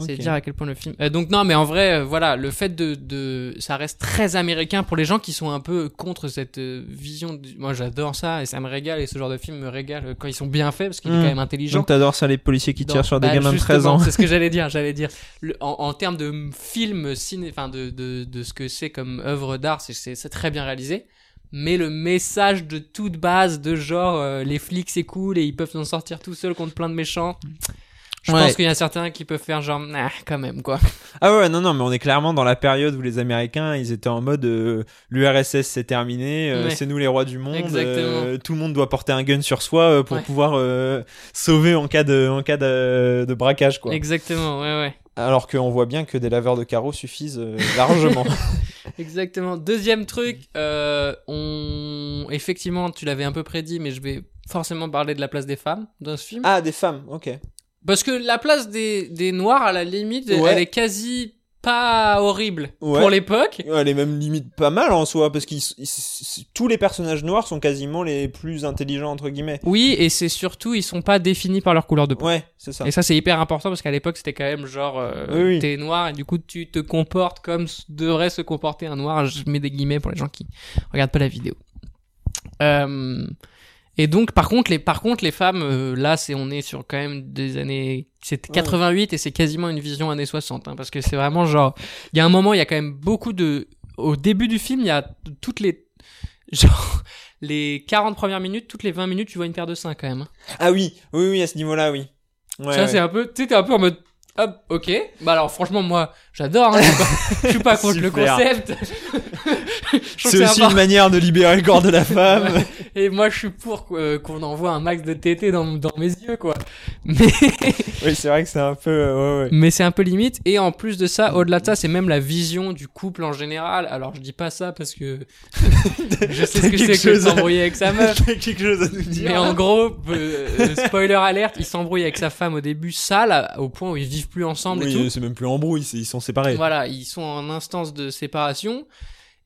Speaker 5: C'est
Speaker 6: Ok.
Speaker 5: dire à quel point le film. Euh, donc non, mais en vrai, euh, voilà, le fait de, de, ça reste très américain pour les gens qui sont un peu contre cette euh, vision. Du... Moi, j'adore ça et ça me régale et ce genre de film me régale euh, quand ils sont bien faits parce qu'il est
Speaker 6: Mm.
Speaker 5: quand même intelligent.
Speaker 6: Donc t'adores ça les policiers qui
Speaker 5: Dans-
Speaker 6: tirent sur des
Speaker 5: bah,
Speaker 6: gamins de 13
Speaker 5: justement,
Speaker 6: ans.
Speaker 5: C'est ce que j'allais dire. J'allais dire Le- en, en termes de m- film ciné, enfin de, de, de ce que c'est comme œuvre d'art, c'est- c'est c'est très bien réalisé. Mais le message de toute base de genre euh, les flics c'est cool et ils peuvent s'en sortir tout seuls contre plein de méchants. Je
Speaker 6: Ouais.
Speaker 5: pense qu'il y a certains qui peuvent faire genre ah, quand même quoi.
Speaker 6: Ah ouais, non, non, mais on est clairement dans la période où les Américains, ils étaient en mode euh, l'URSS c'est terminé, euh,
Speaker 5: Ouais.
Speaker 6: c'est nous les rois du monde,
Speaker 5: Exactement.
Speaker 6: euh, tout le monde doit porter un gun sur soi euh, pour
Speaker 5: Ouais.
Speaker 6: pouvoir euh, sauver en cas de, en cas de, de braquage, quoi.
Speaker 5: Exactement, ouais
Speaker 6: Alors qu'on voit bien que des laveurs de carreaux suffisent euh, largement.
Speaker 5: ouais. Exactement. Deuxième truc, euh, on effectivement tu l'avais un peu prédit, mais je vais forcément parler de la place des femmes dans ce film.
Speaker 6: ah, des femmes, ok.
Speaker 5: Parce que la place des, des noirs, à la limite,
Speaker 6: Ouais.
Speaker 5: elle est quasi pas horrible
Speaker 6: Ouais.
Speaker 5: pour l'époque.
Speaker 6: Ouais, Elle est même limite pas mal en soi, parce que tous les personnages noirs sont quasiment les plus intelligents, entre guillemets.
Speaker 5: Oui, et c'est surtout, ils sont pas définis par leur couleur de peau.
Speaker 6: Ouais, c'est ça.
Speaker 5: Et ça, c'est hyper important parce qu'à l'époque, c'était quand même genre, euh,
Speaker 6: Oui, oui.
Speaker 5: t'es noir et du coup, tu te comportes comme s- devrait se comporter un noir. Je mets des guillemets pour les gens qui regardent pas la vidéo. Euh, et donc, par contre, les, par contre, les femmes, euh, là, c'est, on est sur quand même des années, c'est
Speaker 6: Ouais.
Speaker 5: 88 et c'est quasiment une vision années 60, hein, parce que c'est vraiment genre, il y a un moment, il y a quand même beaucoup de, au début du film, il y a toutes les, genre, les 40 premières minutes, toutes les 20 minutes, tu vois une paire de seins quand même. hein.
Speaker 6: Ah oui, oui, oui, à ce niveau-là, oui. Ouais,
Speaker 5: Ça,
Speaker 6: ouais.
Speaker 5: c'est un peu, tu sais, t'es un peu en mode, hop, ok. Bah alors, franchement, moi, j'adore. hein, je suis pas- je suis pas contre le
Speaker 6: Super.
Speaker 5: concept. Je trouve
Speaker 6: C'est
Speaker 5: que
Speaker 6: aussi
Speaker 5: impor-
Speaker 6: une manière de libérer le corps de la femme.
Speaker 5: Ouais. Et moi, je suis pour euh, qu'on envoie un max de tétés dans, dans mes yeux, quoi. Mais,
Speaker 6: Oui, c'est vrai que c'est un peu. euh, ouais, ouais.
Speaker 5: mais c'est un peu limite. Et en plus de ça, au-delà de ça, c'est même la vision du couple en général. Alors, je dis pas ça parce que je sais ce
Speaker 6: T'as
Speaker 5: que
Speaker 6: quelque
Speaker 5: c'est que de
Speaker 6: chose à-
Speaker 5: s'embrouiller avec sa meuf.
Speaker 6: T'as quelque chose à nous dire
Speaker 5: Mais en gros, euh, spoiler alerte, il s'embrouille avec sa femme au début sale, à- au point où ils vivent plus ensemble et tout.
Speaker 6: Oui, c'est même plus en brouille, c'est- ils sont séparés.
Speaker 5: Voilà, ils sont en instance de séparation.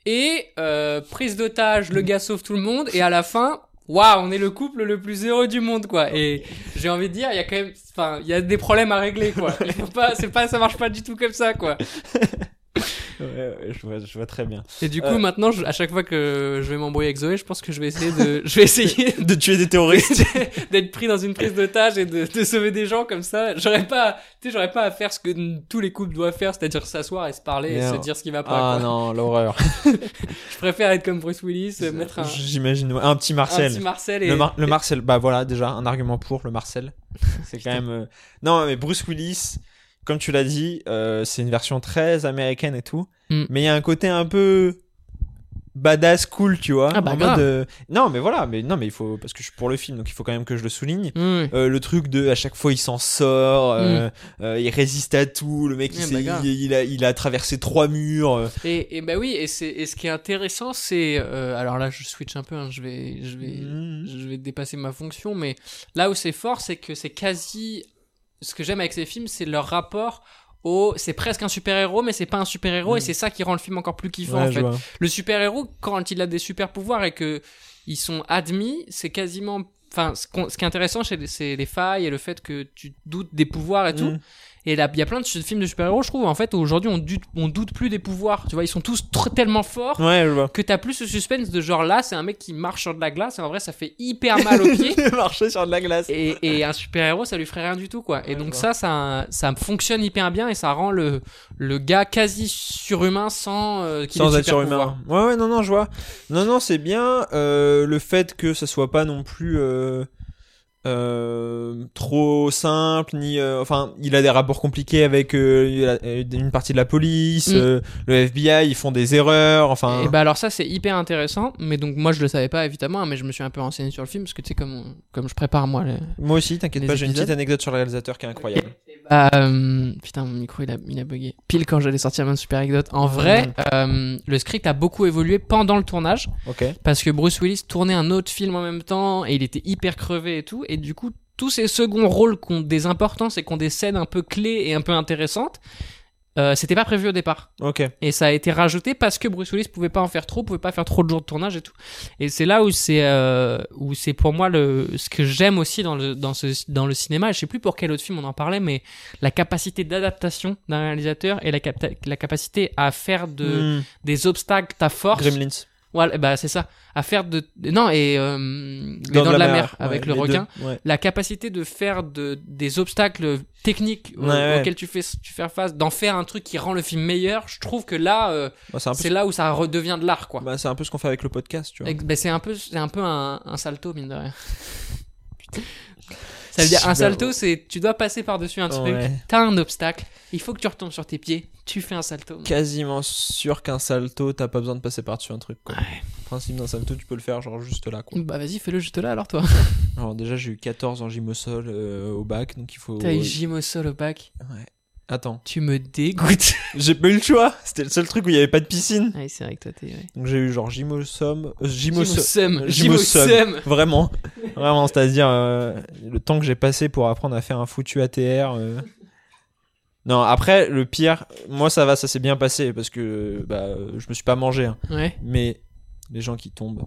Speaker 5: Et euh, prise d'otage, le gars sauve tout le monde. Et à la fin, waouh, on est le couple le plus heureux du monde, quoi. Et j'ai envie de dire, il y a quand même, enfin, il y a des problèmes à régler, quoi. Il faut pas, c'est pas, ça marche pas du tout comme ça, quoi.
Speaker 6: Ouais, ouais, je, vois, je vois très bien.
Speaker 5: Et du coup,
Speaker 6: Euh.
Speaker 5: maintenant, je- à chaque fois que je vais m'embrouiller avec Zoé, je pense que je vais essayer de, je vais essayer
Speaker 6: De tuer des terroristes
Speaker 5: d'être pris dans une prise d'otage et de, de sauver des gens comme ça. J'aurais pas, tu sais, j'aurais pas à faire ce que tous les couples doivent faire, c'est-à-dire s'asseoir et se parler et
Speaker 6: Merde.
Speaker 5: se dire ce qui va pas.
Speaker 6: Ah
Speaker 5: quoi.
Speaker 6: non, l'horreur.
Speaker 5: Je préfère être comme Bruce Willis, euh, mettre un,
Speaker 6: J'imagine. ouais, Un petit
Speaker 5: un
Speaker 6: Marcel.
Speaker 5: petit Marcel et
Speaker 6: Le, Mar- le Marcel, bah voilà, déjà, un argument pour le Marcel. C'est quand même. euh, Non, mais Bruce Willis, comme tu l'as dit, euh, c'est une version très américaine et tout.
Speaker 5: Mm.
Speaker 6: Mais il y a un côté un peu. Badass cool, tu vois.
Speaker 5: Ah bah
Speaker 6: en
Speaker 5: grave.
Speaker 6: mode, euh, Non, mais voilà, mais non, mais il faut. Parce que je suis pour le film, donc il faut quand même que je le souligne.
Speaker 5: Mmh.
Speaker 6: Euh, le truc de à chaque fois il s'en sort, euh, euh, il résiste à tout, le mec il,
Speaker 5: Ouais,
Speaker 6: s'est-
Speaker 5: bah, grave.
Speaker 6: il, il a, il a traversé trois murs. euh.
Speaker 5: Et, et bah oui, et, c'est, et ce qui est intéressant, c'est. euh, alors là, je switch un peu, hein, je vais. Je vais...
Speaker 6: Mhm.
Speaker 5: Je vais dépasser ma fonction, mais là où c'est fort, c'est que c'est quasi. Ce que j'aime avec ces films, c'est leur rapport au. C'est presque un super-héros, mais c'est pas un super-héros, et
Speaker 6: Mhm.
Speaker 5: c'est ça qui rend le film encore plus kiffant,
Speaker 6: Ouais,
Speaker 5: en
Speaker 6: je
Speaker 5: fait.
Speaker 6: vois.
Speaker 5: Le super-héros, quand il a des super-pouvoirs et que ils sont admis, c'est quasiment enfin, ce, qu'on- ce qui est intéressant, c'est les- c'est les failles et le fait que tu doutes des pouvoirs et tout.
Speaker 6: Mm.
Speaker 5: Et là, il y a plein de films de super-héros, je trouve, en fait, aujourd'hui, on doute, on doute plus des pouvoirs. Tu vois, ils sont tous tr- tellement forts
Speaker 6: Ouais, je vois.
Speaker 5: que t'as plus ce suspense de genre là, c'est un mec qui marche sur de la glace et en vrai, ça fait hyper mal aux pieds.
Speaker 6: Marcher sur de la glace.
Speaker 5: Et, et un super-héros, ça lui ferait rien du tout, quoi. Et
Speaker 6: Ouais, je
Speaker 5: donc,
Speaker 6: vois.
Speaker 5: ça, ça, ça fonctionne hyper bien et ça rend le, le gars quasi surhumain sans euh, qu'il ait
Speaker 6: Sans
Speaker 5: de
Speaker 6: être
Speaker 5: super-pouvoir.
Speaker 6: surhumain. Ouais, ouais, non, non, je vois. Non, non, c'est bien. euh, le fait que ça soit pas non plus euh, euh, trop simple, ni. euh, enfin, il a des rapports compliqués avec euh, la- euh, une partie de la police,
Speaker 5: Mm.
Speaker 6: euh, le FBI, ils font des erreurs, enfin.
Speaker 5: Et bah alors ça c'est hyper intéressant, mais donc moi je le savais pas évidemment, hein, mais je me suis un peu renseigné sur le film parce que tu sais comme on- comme je prépare moi le.
Speaker 6: Moi aussi, t'inquiète
Speaker 5: Les
Speaker 6: pas, j'ai une
Speaker 5: épisodes.
Speaker 6: petite anecdote sur le réalisateur qui est incroyable.
Speaker 5: Bah, euh, putain mon micro il a il a bugué. Pile quand j'allais sortir ma super anecdote. En vrai, euh, le script a beaucoup évolué pendant le tournage
Speaker 6: Ok.
Speaker 5: parce que Bruce Willis tournait un autre film en même temps et il était hyper crevé et tout et du coup tous ces seconds rôles qui ont des importances et qui ont des scènes un peu clés et un peu intéressantes, euh, c'était pas prévu au départ.
Speaker 6: Ok.
Speaker 5: Et ça a été rajouté parce que Bruce Willis pouvait pas en faire trop, pouvait pas faire trop de jours de tournage et tout. Et c'est là où c'est euh, où c'est pour moi le ce que j'aime aussi dans le dans ce dans le cinéma. Et je sais plus pour quel autre film on en parlait, mais la capacité d'adaptation d'un réalisateur et la capta- la capacité à faire de
Speaker 6: Mm.
Speaker 5: des obstacles ta force.
Speaker 6: Gremlins.
Speaker 5: Voilà, bah c'est ça, à faire de non et euh, les dents de la, mer, avec
Speaker 6: ouais,
Speaker 5: le
Speaker 6: les
Speaker 5: requin
Speaker 6: deux, ouais.
Speaker 5: la capacité de faire de, des obstacles techniques au-
Speaker 6: Ouais, ouais.
Speaker 5: auxquels tu fais tu fais face, d'en faire un truc qui rend le film meilleur, je trouve que là, euh,
Speaker 6: Bah, c'est un peu.
Speaker 5: c'est là où ça redevient de l'art, quoi.
Speaker 6: bah, c'est un peu ce qu'on fait avec le podcast, tu vois.
Speaker 5: Et- ben, c'est un peu, c'est un, peu un, un salto, mine de rien. Ça veut dire, un
Speaker 6: Super,
Speaker 5: salto,
Speaker 6: ouais.
Speaker 5: c'est tu dois passer par-dessus un truc,
Speaker 6: Ouais.
Speaker 5: t'as un obstacle, il faut que tu retombes sur tes pieds, tu fais un salto.
Speaker 6: Quasiment sûr qu'un salto, t'as pas besoin de passer par-dessus un truc. Quoi. Le principe d'un salto, tu peux le faire genre juste là. Quoi.
Speaker 5: Bah vas-y, fais-le juste là alors, toi.
Speaker 6: Alors déjà, j'ai eu 14 en gym au sol euh, au bac, donc il faut.
Speaker 5: T'as eu gym au sol au bac,
Speaker 6: Ouais. Attends,
Speaker 5: tu me dégoûtes.
Speaker 6: j'ai pas eu le choix. C'était le seul truc où il y avait pas de piscine.
Speaker 5: ouais, Ah c'est vrai que toi, t'es. Ouais.
Speaker 6: Donc j'ai eu genre gym au somme, euh, gym
Speaker 5: Gym
Speaker 6: au
Speaker 5: au
Speaker 6: sol.
Speaker 5: seum,
Speaker 6: gym
Speaker 5: gym
Speaker 6: au
Speaker 5: au
Speaker 6: seum.
Speaker 5: seum.
Speaker 6: Vraiment, vraiment, c'est-à-dire euh, le temps que j'ai passé pour apprendre à faire un foutu ATR. euh. Non, après, le pire, moi ça va, ça s'est bien passé parce que bah, je me suis pas mangé. hein.
Speaker 5: Ouais.
Speaker 6: Mais les gens qui tombent,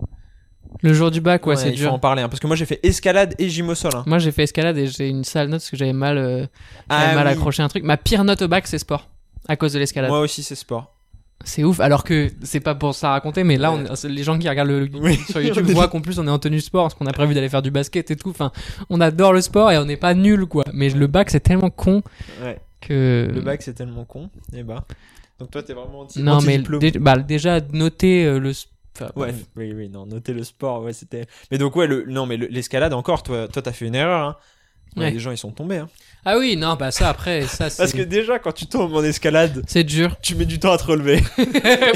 Speaker 5: Le jour du bac, ouais,
Speaker 6: Ouais,
Speaker 5: c'est
Speaker 6: il faut
Speaker 5: dur.
Speaker 6: en parler. hein, parce que moi j'ai fait escalade et gym au sol. hein.
Speaker 5: Moi, j'ai fait escalade et j'ai une sale note parce que j'avais mal, euh, j'avais
Speaker 6: Ah
Speaker 5: mal
Speaker 6: oui,
Speaker 5: accroché un truc. Ma pire note au bac, c'est sport. À cause de l'escalade.
Speaker 6: Moi aussi c'est sport.
Speaker 5: C'est ouf. Alors que c'est pas pour ça raconter, mais là, on-
Speaker 6: Ouais.
Speaker 5: c'est- les gens qui regardent le,
Speaker 6: Oui.
Speaker 5: sur YouTube voient qu'en plus, on est en tenue sport parce qu'on a prévu d'aller faire du basket et tout. Enfin, on adore le sport et on n'est pas nul, quoi. Mais le bac, c'est tellement con
Speaker 6: Ouais.
Speaker 5: que.
Speaker 6: Le bac c'est tellement con. Et bah. Donc toi t'es vraiment anti
Speaker 5: Non, mais
Speaker 6: anti-diplôme.
Speaker 5: dé- bah, déjà, noter euh, le. s- enfin,
Speaker 6: Ouais,
Speaker 5: bref.
Speaker 6: oui, oui, non, noter le sport, ouais, c'était. Mais donc, ouais, le... non, mais le- l'escalade, encore, toi, toi, t'as fait une erreur, hein. Ouais,
Speaker 5: Ouais.
Speaker 6: Les gens, ils sont tombés, hein.
Speaker 5: Ah oui, non, bah ça, après, ça,
Speaker 6: Parce que
Speaker 5: c'est.
Speaker 6: déjà, quand tu tombes en escalade,
Speaker 5: C'est dur.
Speaker 6: tu mets du temps à te relever.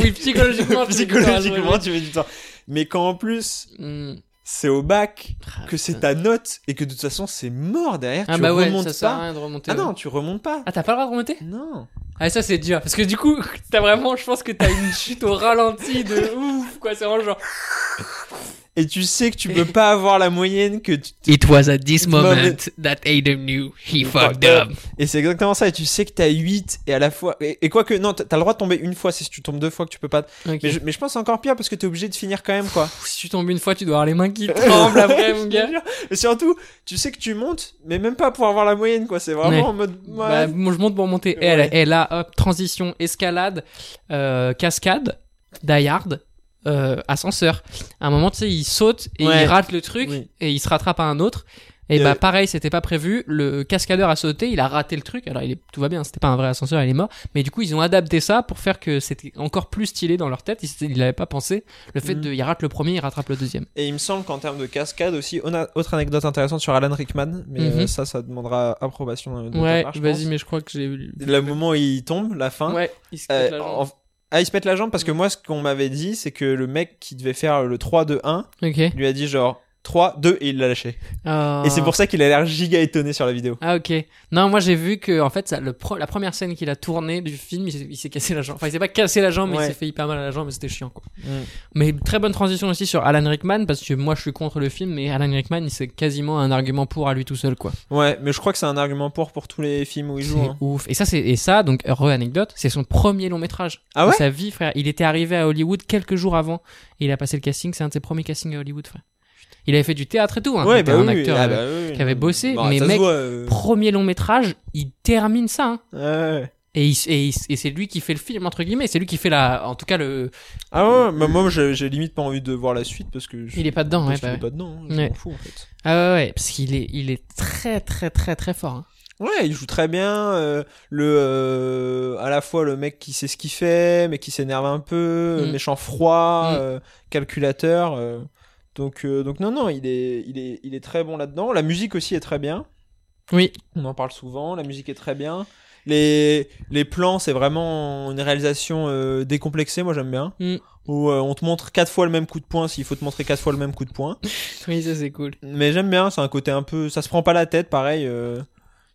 Speaker 5: oui, psychologiquement, tu-
Speaker 6: Psychologiquement, tu mets du temps. Mais quand en plus,
Speaker 5: Hmm.
Speaker 6: c'est au bac,
Speaker 5: Ah,
Speaker 6: que c'est
Speaker 5: putain.
Speaker 6: ta note, et que de toute façon, c'est mort derrière,
Speaker 5: Ah
Speaker 6: tu
Speaker 5: bah ouais,
Speaker 6: remontes
Speaker 5: ça sert à
Speaker 6: pas.
Speaker 5: rien de remonter.
Speaker 6: Ah
Speaker 5: ouais.
Speaker 6: non, tu remontes pas.
Speaker 5: Ah, t'as pas le droit de remonter
Speaker 6: Non.
Speaker 5: Ah, ça c'est dur. Parce que du coup, t'as vraiment, je pense que t'as une chute au ralenti de ouf, quoi. C'est vraiment genre.
Speaker 6: Et tu sais que tu peux pas avoir la moyenne que tu
Speaker 5: It was at this
Speaker 6: moment
Speaker 5: that Adam knew he
Speaker 6: fucked up. Et c'est exactement ça, et tu sais que t'as 8 et à la fois. Et, et quoi que, non, t'as t'as le droit de tomber une fois, c'est si tu tombes deux fois que tu peux pas. Mais je, mais je pense encore pire parce que t'es obligé de finir quand même, quoi.
Speaker 5: Si tu tombes une fois, tu dois avoir les mains qui tremblent après, mon
Speaker 6: Je te
Speaker 5: gars.
Speaker 6: jure. Et surtout, tu sais que tu montes, mais même pas pour avoir la moyenne, quoi. C'est vraiment
Speaker 5: Ouais.
Speaker 6: en mode. ouais.
Speaker 5: Bah, moi, je monte pour monter. Et,
Speaker 6: Ouais.
Speaker 5: et là, hop, transition, escalade, euh, cascade, die-hard, euh, ascenseur. À un moment, tu sais, il saute et
Speaker 6: Ouais.
Speaker 5: il rate le truc
Speaker 6: Oui.
Speaker 5: et il se rattrape à un autre. Et
Speaker 6: Euh.
Speaker 5: bah pareil, c'était pas prévu. Le cascadeur a sauté, il a raté le truc. Alors il est, tout va bien, c'était pas un vrai ascenseur, il est mort. Mais du coup, ils ont adapté ça pour faire que c'était encore plus stylé dans leur tête. Ils s'étaient- Ils l'avaient pas pensé. Le fait
Speaker 6: Mhm.
Speaker 5: de, il rate le premier, il rattrape le deuxième.
Speaker 6: Et il me semble qu'en termes de cascade aussi, on a autre anecdote intéressante sur Alan Rickman, mais
Speaker 5: Mhm.
Speaker 6: euh, ça, ça demandera approbation hein, de ta
Speaker 5: ouais,
Speaker 6: part, je
Speaker 5: vas-y,
Speaker 6: pense.
Speaker 5: mais je crois que j'ai eu.
Speaker 6: Le moment où il tombe, la fin.
Speaker 5: Ouais, il se
Speaker 6: euh,
Speaker 5: pète la jambe.
Speaker 6: en- Ah, il se pète la jambe parce que moi, ce qu'on m'avait dit, c'est que le mec qui devait faire le 3-2-1
Speaker 5: Ok.
Speaker 6: lui a dit genre 3-2 et il l'a lâché.
Speaker 5: Ah.
Speaker 6: Et c'est pour ça qu'il a l'air giga étonné sur la vidéo.
Speaker 5: Ah ok. Non, moi j'ai vu que en fait ça, le pro- la première scène qu'il a tournée du film, il s'est- il s'est cassé la jambe. Enfin, il s'est pas cassé la jambe, mais
Speaker 6: Ouais.
Speaker 5: il s'est fait hyper mal à la jambe, et c'était chiant quoi.
Speaker 6: Mm.
Speaker 5: Mais très bonne transition aussi sur Alan Rickman parce que moi je suis contre le film, mais Alan Rickman il c'est quasiment un argument pour à lui tout seul quoi.
Speaker 6: Ouais, mais je crois que c'est un argument pour pour tous les films où il
Speaker 5: C'est
Speaker 6: joue. hein.
Speaker 5: ouf. Et ça c'est et ça donc re anecdote, c'est son premier long métrage.
Speaker 6: Ah
Speaker 5: de
Speaker 6: ouais
Speaker 5: Sa vie frère, il était arrivé à Hollywood quelques jours avant et il a passé le casting, c'est un de ses premiers castings à Hollywood frère. Il avait fait du théâtre et tout. hein.
Speaker 6: ouais,
Speaker 5: C'était
Speaker 6: bah
Speaker 5: un
Speaker 6: oui, oui.
Speaker 5: acteur
Speaker 6: Ah,
Speaker 5: euh,
Speaker 6: bah oui, oui,
Speaker 5: qui avait
Speaker 6: non.
Speaker 5: bossé,
Speaker 6: Bah,
Speaker 5: mais
Speaker 6: ça se
Speaker 5: mec,
Speaker 6: voit, euh,
Speaker 5: premier long métrage, il termine ça. hein.
Speaker 6: ouais, ouais.
Speaker 5: Et, il s- et il s- et c'est lui qui fait le film, entre guillemets. C'est lui qui fait la. En tout cas, le,
Speaker 6: Ah ouais, bah, moi j'ai j'ai limite pas envie de voir la suite parce que je
Speaker 5: il est pas dedans.
Speaker 6: parce
Speaker 5: Ouais, bah
Speaker 6: qu'il est
Speaker 5: ouais.
Speaker 6: pas dedans, hein, je
Speaker 5: Ouais.
Speaker 6: m'en fous en fait.
Speaker 5: Ah ouais, ouais, parce qu'il est, il est très, très, très, très fort. hein.
Speaker 6: Ouais, il joue très bien. euh, le euh, à la fois le mec qui sait ce qu'il fait, mais qui s'énerve un peu, euh,
Speaker 5: Mm.
Speaker 6: méchant froid,
Speaker 5: Mm.
Speaker 6: euh, calculateur. euh, donc euh, donc non non, il est il est il est très bon là-dedans. La musique aussi est très bien.
Speaker 5: Oui.
Speaker 6: On en parle souvent. La musique est très bien. Les les plans, c'est vraiment une réalisation euh, décomplexée. Moi j'aime bien.
Speaker 5: Mm.
Speaker 6: Où euh, on te montre quatre fois le même coup de poing s'il faut te montrer quatre fois le même coup de poing.
Speaker 5: Oui, ça c'est cool.
Speaker 6: Mais j'aime bien, c'est un côté un peu. Ça se prend pas la tête, pareil. euh,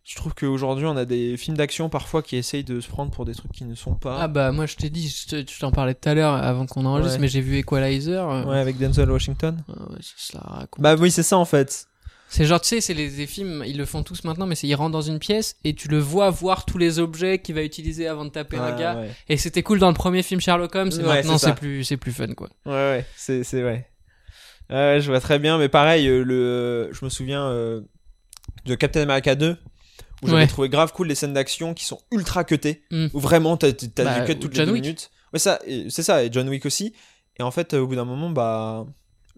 Speaker 6: Je trouve qu'aujourd'hui, on a des films d'action parfois qui essayent de se prendre pour des trucs qui ne sont
Speaker 5: Ah
Speaker 6: pas.
Speaker 5: bah moi je t'ai dit, je te- je t'en parlais tout à l'heure avant qu'on enregistre,
Speaker 6: Ouais.
Speaker 5: mais j'ai vu Equalizer. euh,
Speaker 6: Ouais, avec Denzel Washington.
Speaker 5: ah ouais, ça se la raconte.
Speaker 6: Bah oui, c'est ça en fait.
Speaker 5: C'est genre, tu sais, c'est les, les films, ils le font tous maintenant, mais c'est ils rentrent dans une pièce et tu le vois voir tous les objets qu'il va utiliser avant de taper un
Speaker 6: Ouais,
Speaker 5: gars.
Speaker 6: ouais.
Speaker 5: Et c'était cool dans le premier film Sherlock Holmes, et
Speaker 6: Ouais,
Speaker 5: maintenant
Speaker 6: c'est ça.
Speaker 5: c'est plus, c'est plus fun quoi.
Speaker 6: Ouais, ouais, c'est, c'est vrai. Ouais, je vois très bien, mais pareil, euh, le, je me souviens euh, de Captain America 2, où j'avais
Speaker 5: Ouais.
Speaker 6: trouvé grave cool les scènes d'action qui sont ultra cutées,
Speaker 5: Mm.
Speaker 6: où vraiment t'as, t'as
Speaker 5: Bah,
Speaker 6: du cut
Speaker 5: ou
Speaker 6: toutes
Speaker 5: John
Speaker 6: les deux
Speaker 5: Wick.
Speaker 6: minutes. Ouais, ça, et- c'est ça, et John Wick aussi. Et en fait, euh, au bout d'un moment, bah,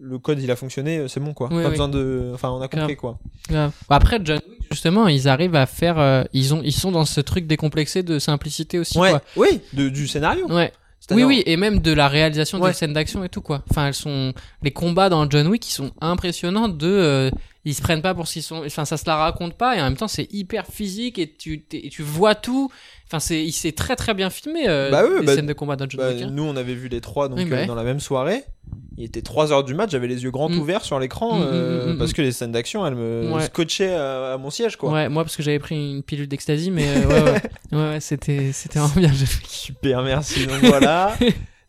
Speaker 6: le code il a fonctionné, euh, c'est bon quoi.
Speaker 5: Ouais,
Speaker 6: Pas
Speaker 5: ouais.
Speaker 6: besoin de. Enfin, on a
Speaker 5: Grave.
Speaker 6: compris quoi.
Speaker 5: Grave. Après, John Wick, justement, ils arrivent à faire, euh, ils ont, ils sont dans ce truc décomplexé de simplicité aussi
Speaker 6: Ouais,
Speaker 5: quoi.
Speaker 6: oui, de- du scénario.
Speaker 5: Ouais. Oui,
Speaker 6: C'est-à-dire-
Speaker 5: oui, et même de la réalisation
Speaker 6: Ouais.
Speaker 5: des scènes d'action et tout, quoi. Enfin, elles sont. Les combats dans John Wick, ils sont impressionnants de. euh, Ils se prennent pas pour ce qu'ils sont. Enfin, ça se la raconte pas, et en même temps, c'est hyper physique, et tu, t'es- et tu vois tout. Enfin, c'est il s'est très très bien filmé, euh,
Speaker 6: Bah ouais,
Speaker 5: les
Speaker 6: bah-
Speaker 5: scènes de combat dans John
Speaker 6: Bah,
Speaker 5: Wick. hein.
Speaker 6: nous, on avait vu les trois donc,
Speaker 5: Oui, bah
Speaker 6: euh,
Speaker 5: ouais.
Speaker 6: dans la même soirée. Il était 3h du match, j'avais les yeux grands
Speaker 5: Mm.
Speaker 6: ouverts sur l'écran
Speaker 5: Mm,
Speaker 6: euh,
Speaker 5: mm, mm, mm,
Speaker 6: parce
Speaker 5: mm.
Speaker 6: que les scènes d'action, elles me
Speaker 5: Ouais.
Speaker 6: scotchaient à, à mon siège. quoi.
Speaker 5: Ouais, moi, parce que j'avais pris une pilule d'ecstasy, mais euh, ouais, ouais, ouais, ouais, c'était c'était vraiment bien. John Wick.
Speaker 6: Super, merci. Donc voilà,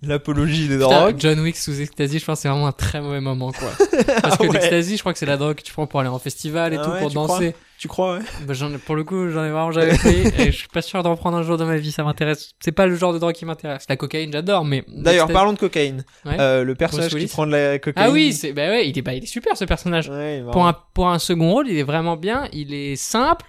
Speaker 6: l'apologie des
Speaker 5: Putain,
Speaker 6: drogues.
Speaker 5: John Wick sous ecstasy, je pense que c'est vraiment un très mauvais moment, quoi. Parce que
Speaker 6: Ah ouais.
Speaker 5: l'ecstasy, je crois que c'est la drogue que tu prends pour aller en festival et
Speaker 6: Ah
Speaker 5: tout,
Speaker 6: ouais,
Speaker 5: pour
Speaker 6: tu crois
Speaker 5: danser.
Speaker 6: Tu crois, ouais
Speaker 5: Bah, j'en ai- pour le coup, j'en ai vraiment jamais pris et je suis pas sûr d'en prendre un jour de ma vie. Ça m'intéresse. C'est pas le genre de drogue qui m'intéresse. La cocaïne, j'adore, mais
Speaker 6: D'ailleurs, parlons de cocaïne.
Speaker 5: Ouais.
Speaker 6: Euh, le personnage
Speaker 5: Bruce
Speaker 6: qui
Speaker 5: Willis.
Speaker 6: prend de la cocaïne.
Speaker 5: Ah oui, c'est bah ouais, il est bah, il est super ce personnage.
Speaker 6: Ouais, il est marrant.
Speaker 5: Pour un pour un second rôle, il est vraiment bien. Il est simple,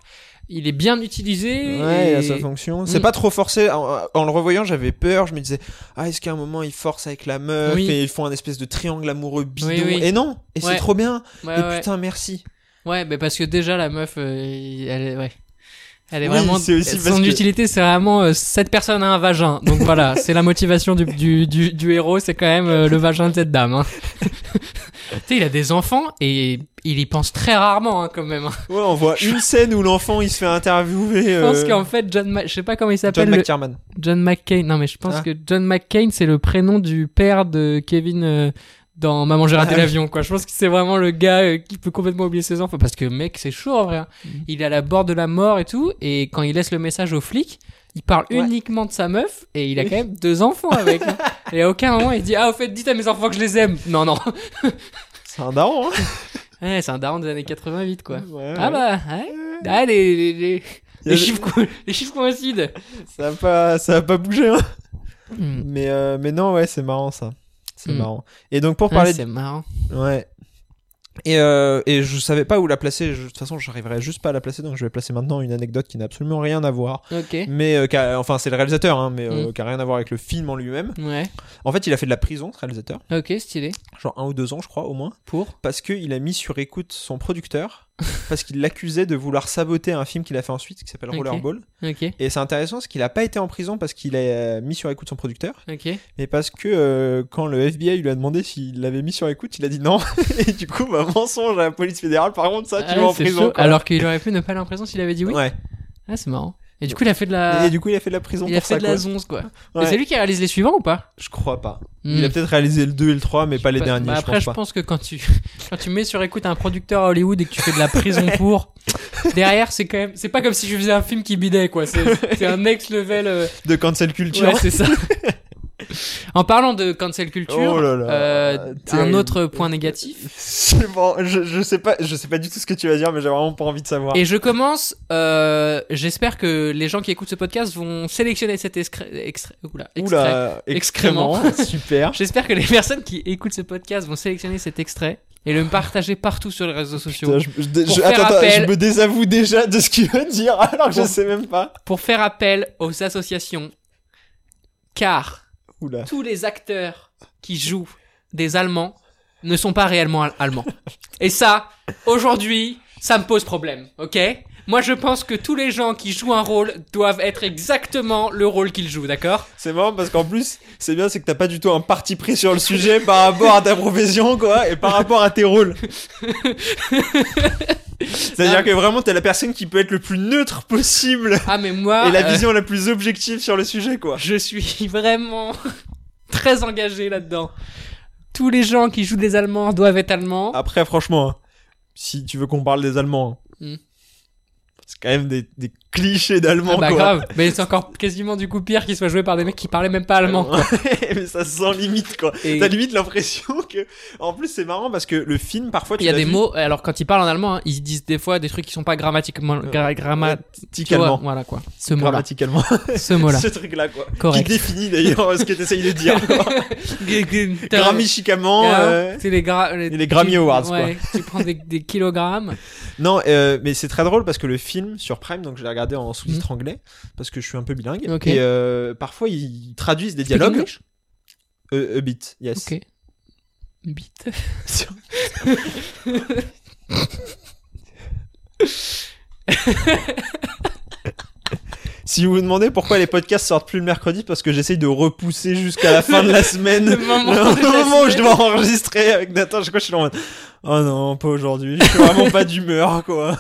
Speaker 5: il est bien utilisé.
Speaker 6: Ouais, il a
Speaker 5: et-
Speaker 6: sa fonction. C'est
Speaker 5: Mm.
Speaker 6: pas trop forcé. En, en le revoyant, j'avais peur. Je me disais, ah, est-ce qu'à un moment ils forcent avec la meuf
Speaker 5: Oui.
Speaker 6: et ils font un espèce de triangle amoureux bidon
Speaker 5: Oui, oui.
Speaker 6: Et non, et c'est
Speaker 5: Ouais.
Speaker 6: trop bien.
Speaker 5: ouais,
Speaker 6: et
Speaker 5: ouais.
Speaker 6: putain, merci.
Speaker 5: Ouais, mais parce que déjà la meuf, euh, elle est ouais. Elle est
Speaker 6: Oui,
Speaker 5: vraiment.
Speaker 6: c'est aussi parce
Speaker 5: son
Speaker 6: que-
Speaker 5: utilité, c'est vraiment euh, cette personne a un vagin. Donc voilà, c'est la motivation du, du, du, du héros, c'est quand même euh, le vagin de cette dame. hein. tu sais, il a des enfants et il y pense très rarement hein, quand même. hein.
Speaker 6: Ouais, on voit une scène où l'enfant il se fait interviewer. euh,
Speaker 5: Je pense qu'en fait, John, Ma- je sais pas comment il s'appelle,
Speaker 6: John
Speaker 5: le-
Speaker 6: McTierman.
Speaker 5: John McCain. Non, mais je pense
Speaker 6: Ah.
Speaker 5: que John McCain, c'est le prénom du père de Kevin. euh, dans Maman j'ai raté
Speaker 6: Ah oui.
Speaker 5: l'avion quoi. Je pense que c'est vraiment le gars euh, qui peut complètement oublier ses enfants parce que mec c'est chaud en vrai. hein.
Speaker 6: Mhm.
Speaker 5: Il est à la bord de la mort et tout et quand il laisse le message aux flics, il parle
Speaker 6: Ouais.
Speaker 5: uniquement de sa meuf et il a quand même deux enfants avec. hein. Et à aucun moment il dit ah au fait dites à mes enfants que je les aime. Non non.
Speaker 6: C'est un daron, hein
Speaker 5: Ouais, c'est un daron des années 88 quoi.
Speaker 6: Ouais,
Speaker 5: Ah
Speaker 6: ouais.
Speaker 5: bah ouais. Ah, les, les, les-
Speaker 6: Il y a-
Speaker 5: les chiffres co- les chiffres coïncident.
Speaker 6: Ça a pas, ça a pas bougé, hein.
Speaker 5: Hmm.
Speaker 6: Mais, euh, mais non, ouais, c'est marrant ça. C'est
Speaker 5: Mm.
Speaker 6: marrant. Et donc pour
Speaker 5: Ah,
Speaker 6: parler
Speaker 5: c'est marrant.
Speaker 6: de... Ouais. Et, euh, et je savais pas où la placer. Je- De toute façon, j'arriverais juste pas à la placer, donc je vais placer maintenant une anecdote qui n'a absolument rien à voir.
Speaker 5: Ok.
Speaker 6: Mais euh, qui a- enfin, c'est le réalisateur, hein, mais euh, qui a rien à voir avec le film en lui-même.
Speaker 5: Ouais.
Speaker 6: En fait, il a fait de la prison, ce réalisateur,
Speaker 5: Ok stylé.
Speaker 6: genre un ou deux ans, je crois, au moins,
Speaker 5: Pour.
Speaker 6: parce qu'il a mis sur écoute son producteur, parce qu'il l'accusait de vouloir saboter un film qu'il a fait ensuite, qui s'appelle
Speaker 5: Ok.
Speaker 6: Rollerball.
Speaker 5: Ok.
Speaker 6: Et c'est intéressant, parce qu'il a pas été en prison parce qu'il a euh, mis sur écoute son producteur,
Speaker 5: Ok.
Speaker 6: Mais parce que euh, quand le FBI lui a demandé s'il l'avait mis sur écoute, il a dit non. Et du coup, bah, mensonge à la police fédérale. Par contre, ça, tu
Speaker 5: Ah,
Speaker 6: vas en
Speaker 5: c'est
Speaker 6: prison.
Speaker 5: chaud.
Speaker 6: quoi.
Speaker 5: Alors qu'il aurait pu ne pas aller en prison s'il avait dit oui.
Speaker 6: Ouais.
Speaker 5: Ah c'est marrant. Et du coup il a fait de la.
Speaker 6: Et du coup, il a fait de la prison
Speaker 5: il
Speaker 6: pour
Speaker 5: a fait
Speaker 6: ça.
Speaker 5: de la
Speaker 6: quoi.
Speaker 5: zonze quoi.
Speaker 6: Ouais.
Speaker 5: Et c'est lui qui réalise les suivants ou pas
Speaker 6: Je crois pas.
Speaker 5: Hmm.
Speaker 6: Il a peut-être réalisé le 2 et le 3, mais pas les
Speaker 5: Bah,
Speaker 6: derniers.
Speaker 5: bah après,
Speaker 6: je
Speaker 5: je
Speaker 6: pense pas.
Speaker 5: que quand tu, quand tu mets sur écoute un producteur à Hollywood et que tu fais de la prison pour, derrière, c'est quand même, c'est pas comme si tu faisais un film qui bidait, quoi. C'est c'est un next level. euh,
Speaker 6: De cancel culture.
Speaker 5: Ouais, c'est ça. en parlant de cancel culture,
Speaker 6: Oh là là,
Speaker 5: euh, un
Speaker 6: terrible.
Speaker 5: autre point négatif.
Speaker 6: C'est bon, je, je sais pas, je sais pas du tout ce que tu vas dire, mais j'ai vraiment pas envie de savoir.
Speaker 5: Et je commence. euh, J'espère que les gens qui écoutent ce podcast vont sélectionner cet excré- extrait. Oula, extrait.
Speaker 6: Oula,
Speaker 5: Excrément.
Speaker 6: Super.
Speaker 5: J'espère que les personnes qui écoutent ce podcast vont sélectionner cet extrait et le partager partout sur les réseaux sociaux.
Speaker 6: Putain, je, je-
Speaker 5: Pour
Speaker 6: je-
Speaker 5: faire
Speaker 6: attends, attends,
Speaker 5: appel-
Speaker 6: je me désavoue déjà de ce qu'il veut dire alors que je sais même pas.
Speaker 5: Pour faire appel aux associations. Car
Speaker 6: Oula.
Speaker 5: tous les acteurs qui jouent des Allemands ne sont pas réellement al- allemands. Et ça, aujourd'hui, ça me pose problème, ok Moi, je pense que tous les gens qui jouent un rôle doivent être exactement le rôle qu'ils jouent, d'accord
Speaker 6: C'est marrant parce qu'en plus, c'est bien, c'est que t'as pas du tout un parti pris sur le sujet par rapport à ta profession, quoi, et par rapport à tes rôles. C'est-à-dire que vraiment, t'es la personne qui peut être le plus neutre possible
Speaker 5: Ah, mais moi,
Speaker 6: et la
Speaker 5: euh,
Speaker 6: vision la plus objective sur le sujet, quoi.
Speaker 5: je suis vraiment très engagé là-dedans. Tous les gens qui jouent des Allemands doivent être allemands.
Speaker 6: Après, franchement, hein, si tu veux qu'on parle des Allemands, hein,
Speaker 5: Hmm.
Speaker 6: c'est quand même des, des clichés
Speaker 5: Ah
Speaker 6: d'Allemands,
Speaker 5: bah
Speaker 6: quoi.
Speaker 5: grave, mais c'est encore quasiment du coup pire qu'ils soient joués par des mecs qui parlaient même pas allemand. quoi.
Speaker 6: Mais ça se sent limite, quoi.
Speaker 5: Et
Speaker 6: T'as limite l'impression que. En plus, c'est marrant parce que le film, parfois, tu
Speaker 5: il y a
Speaker 6: l'as
Speaker 5: des
Speaker 6: vu
Speaker 5: mots, alors quand ils parlent en allemand, hein, ils disent des fois des trucs qui sont pas grammatiquement
Speaker 6: Euh,
Speaker 5: gra- gramma- tu vois,
Speaker 6: grammaticalement.
Speaker 5: Voilà quoi. Ce mot-là.
Speaker 6: Grammaticalement.
Speaker 5: Ce mot-là.
Speaker 6: ce truc-là, quoi.
Speaker 5: Correct.
Speaker 6: Qui définit d'ailleurs ce que t'essayes de dire. Grammichiquement. euh,
Speaker 5: hein, C'est les, gra- les,
Speaker 6: les Grammy
Speaker 5: tu-
Speaker 6: Awards, quoi.
Speaker 5: ouais, tu prends des, des kilogrammes.
Speaker 6: Non, euh, mais c'est très drôle parce que le film sur Prime, donc je l'ai regardé en sous-titre anglais parce que je suis un peu bilingue.
Speaker 5: Mhm. Ok.
Speaker 6: Et euh, parfois, ils traduisent des
Speaker 5: Speak
Speaker 6: dialogues.
Speaker 5: English
Speaker 6: Euh, a bit, yes.
Speaker 5: Ok. Bite.
Speaker 6: si vous vous demandez pourquoi les podcasts sortent plus le mercredi, parce que j'essaye de repousser jusqu'à la fin de la semaine
Speaker 5: Le moment de la
Speaker 6: moment où je
Speaker 5: semaine.
Speaker 6: dois enregistrer avec Nathan. Je crois que je suis là en mode Oh non, pas aujourd'hui, je suis vraiment pas d'humeur quoi.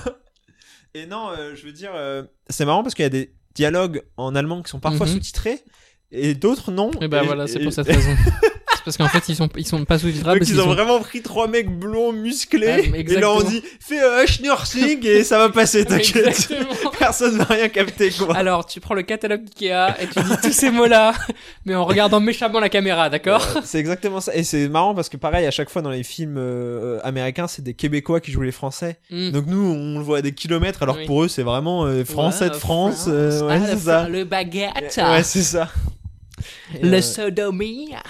Speaker 6: Et non, euh, je veux dire, euh, c'est marrant parce qu'il y a des dialogues en allemand qui sont parfois
Speaker 5: Mhm.
Speaker 6: sous-titrés et d'autres non.
Speaker 5: Et bah voilà, c'est pour cette raison. c'est parce qu'en fait, ils sont, ils sont pas sous-titrables.
Speaker 6: Donc
Speaker 5: parce
Speaker 6: ils
Speaker 5: qu'ils
Speaker 6: ont
Speaker 5: sont-
Speaker 6: vraiment pris trois mecs blonds
Speaker 5: Ouais,
Speaker 6: musclés
Speaker 5: mais
Speaker 6: et là on
Speaker 5: exactement.
Speaker 6: dit fais euh, Schnurzling et ça va passer t'inquiète
Speaker 5: Exactement.
Speaker 6: personne va rien capter quoi
Speaker 5: Alors, tu prends le catalogue Ikea et tu dis tous ces mots-là, mais en regardant méchamment la caméra, d'accord
Speaker 6: Euh, c'est exactement ça. Et c'est marrant parce que pareil, à chaque fois dans les films euh, euh, américains, c'est des Québécois qui jouent les Français.
Speaker 5: Mm.
Speaker 6: Donc nous, on le voit à des kilomètres, alors
Speaker 5: Oui.
Speaker 6: que pour eux, c'est vraiment euh, Français de
Speaker 5: Ouais,
Speaker 6: France. euh, ouais,
Speaker 5: Ah,
Speaker 6: c'est
Speaker 5: le-
Speaker 6: ça.
Speaker 5: Le baguette.
Speaker 6: Ouais, c'est ça. Et,
Speaker 5: le
Speaker 6: euh,
Speaker 5: sodomie.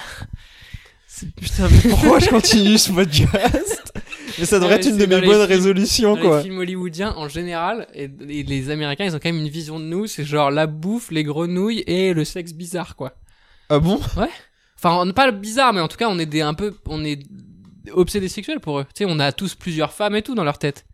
Speaker 6: Putain, mais pourquoi je continue ce podcast Mais ça devrait
Speaker 5: Ouais,
Speaker 6: être une
Speaker 5: c'est
Speaker 6: de
Speaker 5: dans
Speaker 6: mes
Speaker 5: les
Speaker 6: bonnes
Speaker 5: films-
Speaker 6: résolutions,
Speaker 5: Dans
Speaker 6: quoi.
Speaker 5: Les films hollywoodiens en général, et, et les Américains, ils ont quand même une vision de nous, c'est genre la bouffe, les grenouilles et le sexe bizarre, quoi.
Speaker 6: Ah bon
Speaker 5: Enfin, on- pas le bizarre, mais en tout cas, on est des, un peu, on est obsédés sexuels pour eux. Tu sais, on a tous plusieurs femmes et tout dans leur tête.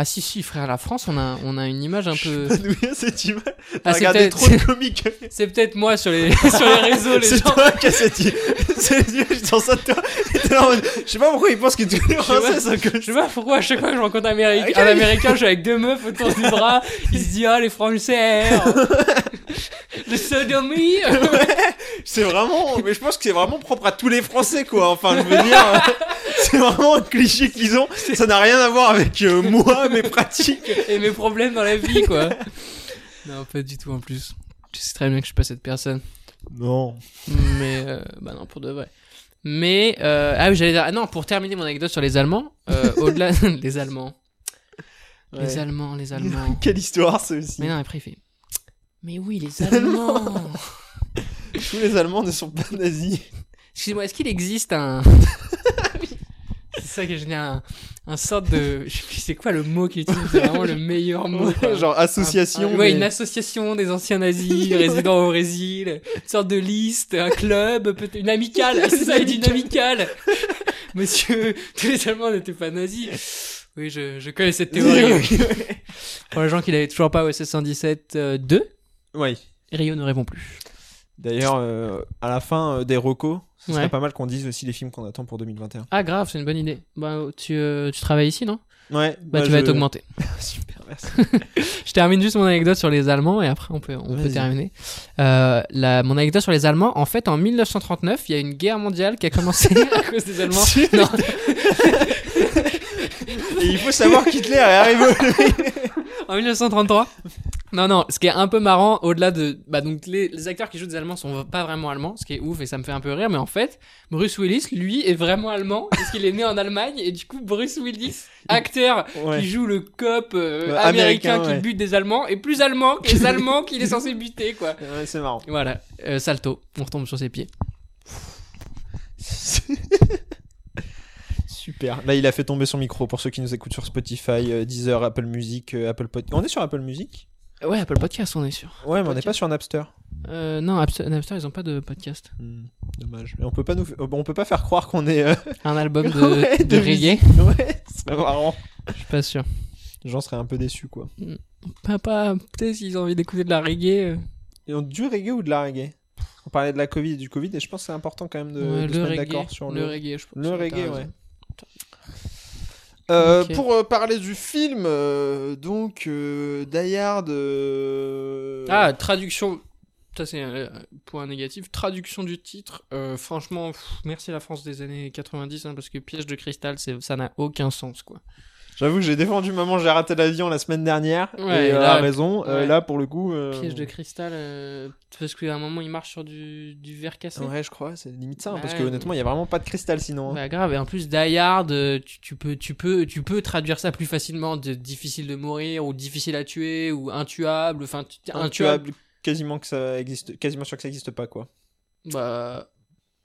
Speaker 5: Ah si si frère, la France, on a, on a une image un peu.
Speaker 6: D'où vient cette image
Speaker 5: Ah,
Speaker 6: T'as
Speaker 5: c'est
Speaker 6: regardé
Speaker 5: peut-être-
Speaker 6: trop de comiques.
Speaker 5: C'est peut-être moi sur les, sur les réseaux, les
Speaker 6: C'est
Speaker 5: gens.
Speaker 6: toi qui as cette image. C'est je sens ça de toi. Et t'es là en mode, Je sais pas pourquoi ils pensent que tous les Français sont comme
Speaker 5: Je sais pas pourquoi à chaque fois que je rencontre un Américain,
Speaker 6: Ok.
Speaker 5: un Américain, je suis avec deux meufs autour du bras, il se dit ah les Français, le sodomie.
Speaker 6: C'est vraiment, mais je pense que c'est vraiment propre à tous les Français, quoi. Enfin, je veux dire, euh, c'est vraiment un cliché qu'ils ont. Ça n'a rien à voir avec euh, moi, mes pratiques.
Speaker 5: et mes problèmes dans la vie, quoi. non, pas du tout en plus. Tu sais très bien que je suis pas cette personne.
Speaker 6: Non.
Speaker 5: Mais, euh, bah non, pour de vrai. Mais, euh, ah oui, j'allais dire, ah non, pour terminer mon anecdote sur les Allemands, euh, au-delà des Allemands. Les Allemands, les Allemands.
Speaker 6: Quelle histoire, c'est aussi.
Speaker 5: Mais non, après, il fait. Mais oui, les Allemands
Speaker 6: Tous les Allemands ne sont pas nazis.
Speaker 5: Excusez-moi, est-ce qu'il existe un. C'est ça qui est génial, un, un sorte de. Je sais plus c'est quoi le mot qu'il utilise, c'est vraiment le meilleur mot. quoi.
Speaker 6: Genre, association.
Speaker 5: Un- un- ouais,
Speaker 6: mais-
Speaker 5: une association des anciens nazis résidant au Brésil, une sorte de liste, un club, peut-être une amicale, c'est ça, il dit une amicale. Monsieur, tous les Allemands n'étaient pas nazis. Oui, je, je connais cette théorie. Pour les gens qui l'avaient toujours pas au SS 117 euh, 2,
Speaker 6: Ouais.
Speaker 5: Rio ne répond plus.
Speaker 6: D'ailleurs, euh, à la fin euh, des recos, ce serait
Speaker 5: Ouais.
Speaker 6: pas mal qu'on dise aussi les films qu'on attend pour 2021.
Speaker 5: Ah, grave, c'est une bonne idée. Bah, tu, euh, tu travailles ici, non
Speaker 6: Ouais.
Speaker 5: Bah, tu vas être augmenté.
Speaker 6: Super, merci.
Speaker 5: Je termine juste mon anecdote sur les Allemands et après on peut, on peut
Speaker 6: Vas-y.
Speaker 5: terminer. Euh, la, mon anecdote sur les Allemands, en fait en 1939, il y a une guerre mondiale qui a commencé à cause des Allemands. Non,
Speaker 6: Et il faut savoir qu'Hitler est arrivé. au-
Speaker 5: en 1933. Non, non, ce qui est un peu marrant, au-delà de. Bah, donc, les, les acteurs qui jouent des Allemands sont pas vraiment allemands, ce qui est ouf et ça me fait un peu rire, mais en fait, Bruce Willis, lui, est vraiment allemand, parce qu'il est né en Allemagne, et du coup, Bruce Willis, acteur
Speaker 6: Ouais.
Speaker 5: qui joue le cop euh,
Speaker 6: Ouais,
Speaker 5: américain,
Speaker 6: américain,
Speaker 5: qui
Speaker 6: ouais.
Speaker 5: bute des Allemands, est plus allemand que les Allemands qu'il est censé buter, quoi.
Speaker 6: Ouais, c'est marrant.
Speaker 5: Voilà, euh, salto, on retombe sur ses pieds.
Speaker 6: Super. Super. Là, il a fait tomber son micro pour ceux qui nous écoutent sur Spotify, euh, Deezer, Apple Music, euh, Apple Podcast. On est sur Apple Music
Speaker 5: Ouais, Apple Podcast, on est sûr.
Speaker 6: Ouais, mais on n'est
Speaker 5: Podcast.
Speaker 6: pas sur Napster.
Speaker 5: Euh, non, Napster, Napster, ils ont pas de podcast.
Speaker 6: Hmm, dommage. Et on peut pas nous, euh, on peut pas faire croire qu'on est euh,
Speaker 5: Un album de,
Speaker 6: ouais,
Speaker 5: de reggae,
Speaker 6: musique. Ouais, c'est pas marrant.
Speaker 5: je suis pas sûr.
Speaker 6: J'en serais un peu déçu quoi.
Speaker 5: Papa, peut-être s'ils ont envie d'écouter de la reggae. euh,
Speaker 6: Et on du reggae ou de la reggae On parlait de la Covid et du Covid et je pense que c'est important quand même de,
Speaker 5: ouais,
Speaker 6: de se
Speaker 5: le
Speaker 6: mettre
Speaker 5: reggae.
Speaker 6: d'accord sur
Speaker 5: Le
Speaker 6: le.
Speaker 5: reggae, je pense.
Speaker 6: le
Speaker 5: t'as
Speaker 6: reggae,
Speaker 5: raison.
Speaker 6: ouais. Euh,
Speaker 5: Ok.
Speaker 6: Pour euh, parler du film, euh, donc euh, Die Hard, euh,
Speaker 5: Ah, traduction. Ça, c'est un point négatif. Traduction du titre. euh, franchement, pff, merci la France des années 90, hein, parce que Piège de cristal, c'est- ça n'a aucun sens, quoi.
Speaker 6: J'avoue que j'ai défendu Maman, j'ai raté l'avion la semaine dernière.
Speaker 5: Ouais,
Speaker 6: et
Speaker 5: et
Speaker 6: elle
Speaker 5: là-
Speaker 6: a raison. Euh,
Speaker 5: ouais.
Speaker 6: là, pour le coup. euh,
Speaker 5: Piège de cristal, euh, parce qu'à un moment, il marche sur du, du verre cassé.
Speaker 6: Ouais, je crois, c'est limite ça. hein, parce
Speaker 5: Ouais.
Speaker 6: que honnêtement, il n'y a vraiment pas de cristal sinon. hein.
Speaker 5: Bah grave, et en plus, Die Hard, euh, tu, tu peux, tu, peux, tu peux traduire ça plus facilement de difficile de mourir, ou difficile à tuer, ou intuable, enfin, tu- intuable.
Speaker 6: Intuable, quasiment que ça existe, quasiment sûr que ça n'existe pas quoi.
Speaker 5: Bah.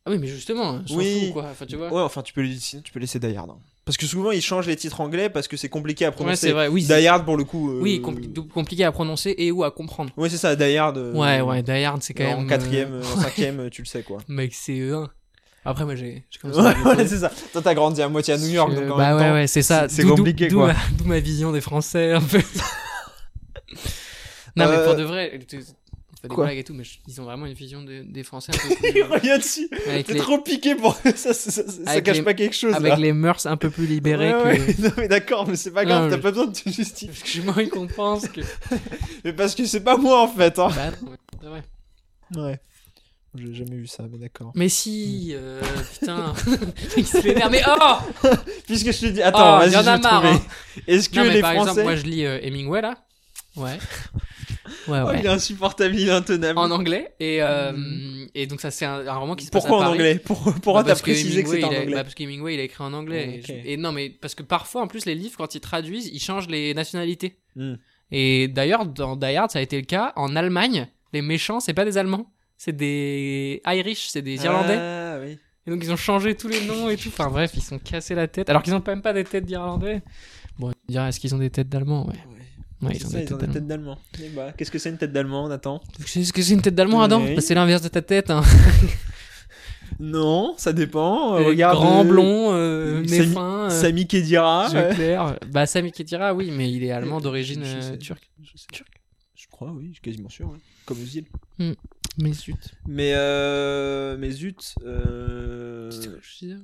Speaker 5: Ah oui, mais justement, hein, s'en
Speaker 6: Oui.
Speaker 5: fout, quoi. Enfin, tu vois.
Speaker 6: Ouais, enfin, tu peux, le- sinon, tu peux laisser Die Hard. hein. Parce que souvent, ils changent les titres anglais parce que c'est compliqué à
Speaker 5: Ouais,
Speaker 6: prononcer.
Speaker 5: c'est vrai, oui. c'est-
Speaker 6: Die Hard pour le coup. euh,
Speaker 5: Oui, compli- dou- compliqué à prononcer et ou à comprendre.
Speaker 6: Ouais, c'est ça, Die Hard. euh,
Speaker 5: Ouais, ouais, Die Hard, c'est quand
Speaker 6: en
Speaker 5: même.
Speaker 6: quatrième,
Speaker 5: euh,
Speaker 6: euh, en cinquième, euh, tu le sais quoi.
Speaker 5: Mec, c'est E1. Après, moi, j'ai j'ai commencé à
Speaker 6: Ouais,
Speaker 5: dire
Speaker 6: voilà,
Speaker 5: E1.
Speaker 6: c'est ça. Toi, t'as grandi à moitié à New York,
Speaker 5: Je-
Speaker 6: donc en
Speaker 5: Bah
Speaker 6: même
Speaker 5: ouais,
Speaker 6: temps,
Speaker 5: ouais, c'est ça.
Speaker 6: c'est
Speaker 5: D'où- d'où-
Speaker 6: compliqué,
Speaker 5: d'où
Speaker 6: quoi.
Speaker 5: ma- D'où ma vision des Français, un peu. non, mais
Speaker 6: Euh,
Speaker 5: pour de vrai, tu- on fait des
Speaker 6: quoi
Speaker 5: blagues et tout, mais je- ils ont vraiment une vision de- des Français un peu plus.
Speaker 6: il revient dessus.
Speaker 5: avec
Speaker 6: T'es
Speaker 5: les,
Speaker 6: trop piqué pour ça, ça, ça, ça, ça
Speaker 5: Avec
Speaker 6: cache
Speaker 5: les-
Speaker 6: pas quelque chose. là.
Speaker 5: avec les mœurs un peu plus libérées
Speaker 6: Ouais,
Speaker 5: que.
Speaker 6: ouais. Non mais d'accord, mais c'est pas
Speaker 5: Non,
Speaker 6: grave, t'as
Speaker 5: mais-
Speaker 6: pas besoin de te justifier.
Speaker 5: Parce que moi, ils comprennent que.
Speaker 6: Mais parce que c'est pas moi en fait. Hein.
Speaker 5: Bah, non, c'est vrai.
Speaker 6: Ouais. J'ai jamais vu ça, mais d'accord.
Speaker 5: Mais si, euh, putain, il se fait mais oh
Speaker 6: Puisque je te dis, attends,
Speaker 5: Oh,
Speaker 6: vas-y,
Speaker 5: y en
Speaker 6: je
Speaker 5: a
Speaker 6: vais
Speaker 5: marre,
Speaker 6: trouver.
Speaker 5: hein.
Speaker 6: Est-ce que
Speaker 5: Non, mais
Speaker 6: les
Speaker 5: par
Speaker 6: Français,
Speaker 5: exemple, moi je lis euh, Hemingway là. Ouais. Ouais,
Speaker 6: Oh,
Speaker 5: ouais.
Speaker 6: il est insupportable, il est intenable.
Speaker 5: En anglais. Et, euh,
Speaker 6: Ah
Speaker 5: et donc, ça, c'est un, un roman qui se passe
Speaker 6: Pourquoi
Speaker 5: à
Speaker 6: en
Speaker 5: Paris.
Speaker 6: anglais Pourquoi, pourquoi
Speaker 5: Bah,
Speaker 6: t'as
Speaker 5: parce que
Speaker 6: précisé que
Speaker 5: Hemingway,
Speaker 6: c'était en
Speaker 5: il a-
Speaker 6: anglais
Speaker 5: bah, Parce qu'Emingway, il a écrit en anglais.
Speaker 6: Ouais,
Speaker 5: Et je-
Speaker 6: ok.
Speaker 5: Et non, mais parce que parfois, en plus, les livres, quand ils traduisent, ils changent les nationalités.
Speaker 6: Hmm.
Speaker 5: Et d'ailleurs, dans Die Hard, ça a été le cas. En Allemagne, les méchants, c'est pas des Allemands. C'est des Irish, c'est des Irlandais.
Speaker 6: Ah oui.
Speaker 5: Et donc, ils ont changé tous les noms et tout. Enfin, bref, ils se sont cassés la tête. Alors qu'ils ont même pas des têtes d'Irlandais. Bon, on dira, est-ce qu'ils ont des têtes d'Allemands Ouais.
Speaker 6: Ouais.
Speaker 5: Ouais,
Speaker 6: C'est ça, ils ont des têtes d'allemand. Eh bah, Qu'est-ce que c'est une tête d'allemand, Nathan
Speaker 5: C'est ce que c'est une tête d'allemand, Adam
Speaker 6: Oui.
Speaker 5: Bah, C'est l'inverse de ta tête. Hein.
Speaker 6: Non, ça dépend.
Speaker 5: Euh,
Speaker 6: regarde.
Speaker 5: Grand
Speaker 6: euh,
Speaker 5: blond, euh,
Speaker 6: euh,
Speaker 5: nez
Speaker 6: Samy-
Speaker 5: fin, euh,
Speaker 6: Sami Kedira.
Speaker 5: yeux
Speaker 6: euh,
Speaker 5: clairs. Bah, Sami Khedira, oui, mais il est allemand d'origine
Speaker 6: Je sais.
Speaker 5: euh, turque.
Speaker 6: Je crois, oui, je suis quasiment sûr. ouais. Comme Ozil.
Speaker 5: Mais zut.
Speaker 6: Mais euh... mais zut. Euh...
Speaker 5: C'est ce que je disais.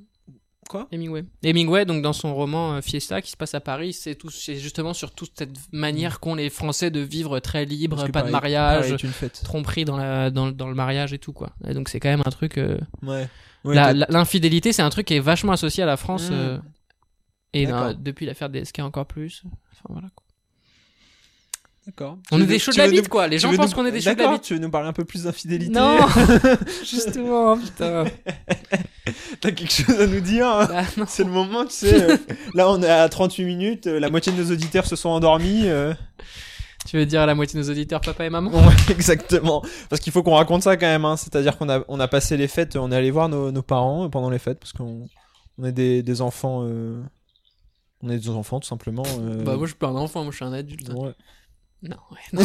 Speaker 6: Quoi
Speaker 5: Hemingway. Hemingway, donc dans son roman euh, Fiesta qui se passe à Paris, c'est tout, c'est justement sur toute cette
Speaker 6: Mm.
Speaker 5: manière qu'ont les Français de vivre très libre,
Speaker 6: Parce que
Speaker 5: pas de
Speaker 6: Paris-
Speaker 5: mariage,
Speaker 6: Paris est une fête.
Speaker 5: tromperie dans, la, dans, le- dans le mariage et tout quoi. Et donc c'est quand même un truc. euh,
Speaker 6: Ouais.
Speaker 5: la- la- L'infidélité, c'est un truc qui est vachement associé à la France
Speaker 6: Mm.
Speaker 5: euh, et
Speaker 6: D'accord.
Speaker 5: euh, depuis l'affaire DSK encore plus. Enfin, voilà, quoi.
Speaker 6: D'accord.
Speaker 5: On est des chauds de la bite quoi. Les
Speaker 6: Les
Speaker 5: gens pensent qu'on est des chauds de la bite.
Speaker 6: Tu veux nous parler un peu plus d'infidélité
Speaker 5: Non, justement, putain.
Speaker 6: T'as quelque chose à nous dire hein
Speaker 5: Bah, non.
Speaker 6: C'est le moment, tu sais. euh, là, on est à 38 minutes. euh, La moitié de nos auditeurs se sont endormis. euh.
Speaker 5: Tu veux dire à la moitié de nos auditeurs, papa et maman
Speaker 6: Ouais, exactement. Parce qu'il faut qu'on raconte ça quand même. hein. C'est-à-dire qu'on a, on a passé les fêtes, on est allé voir nos, nos parents euh, pendant les fêtes parce qu'on on est des, des enfants. euh, On est des enfants tout simplement. euh,
Speaker 5: Bah moi je suis pas un enfant, moi je suis un adulte.
Speaker 6: ouais.
Speaker 5: Non, ouais, non.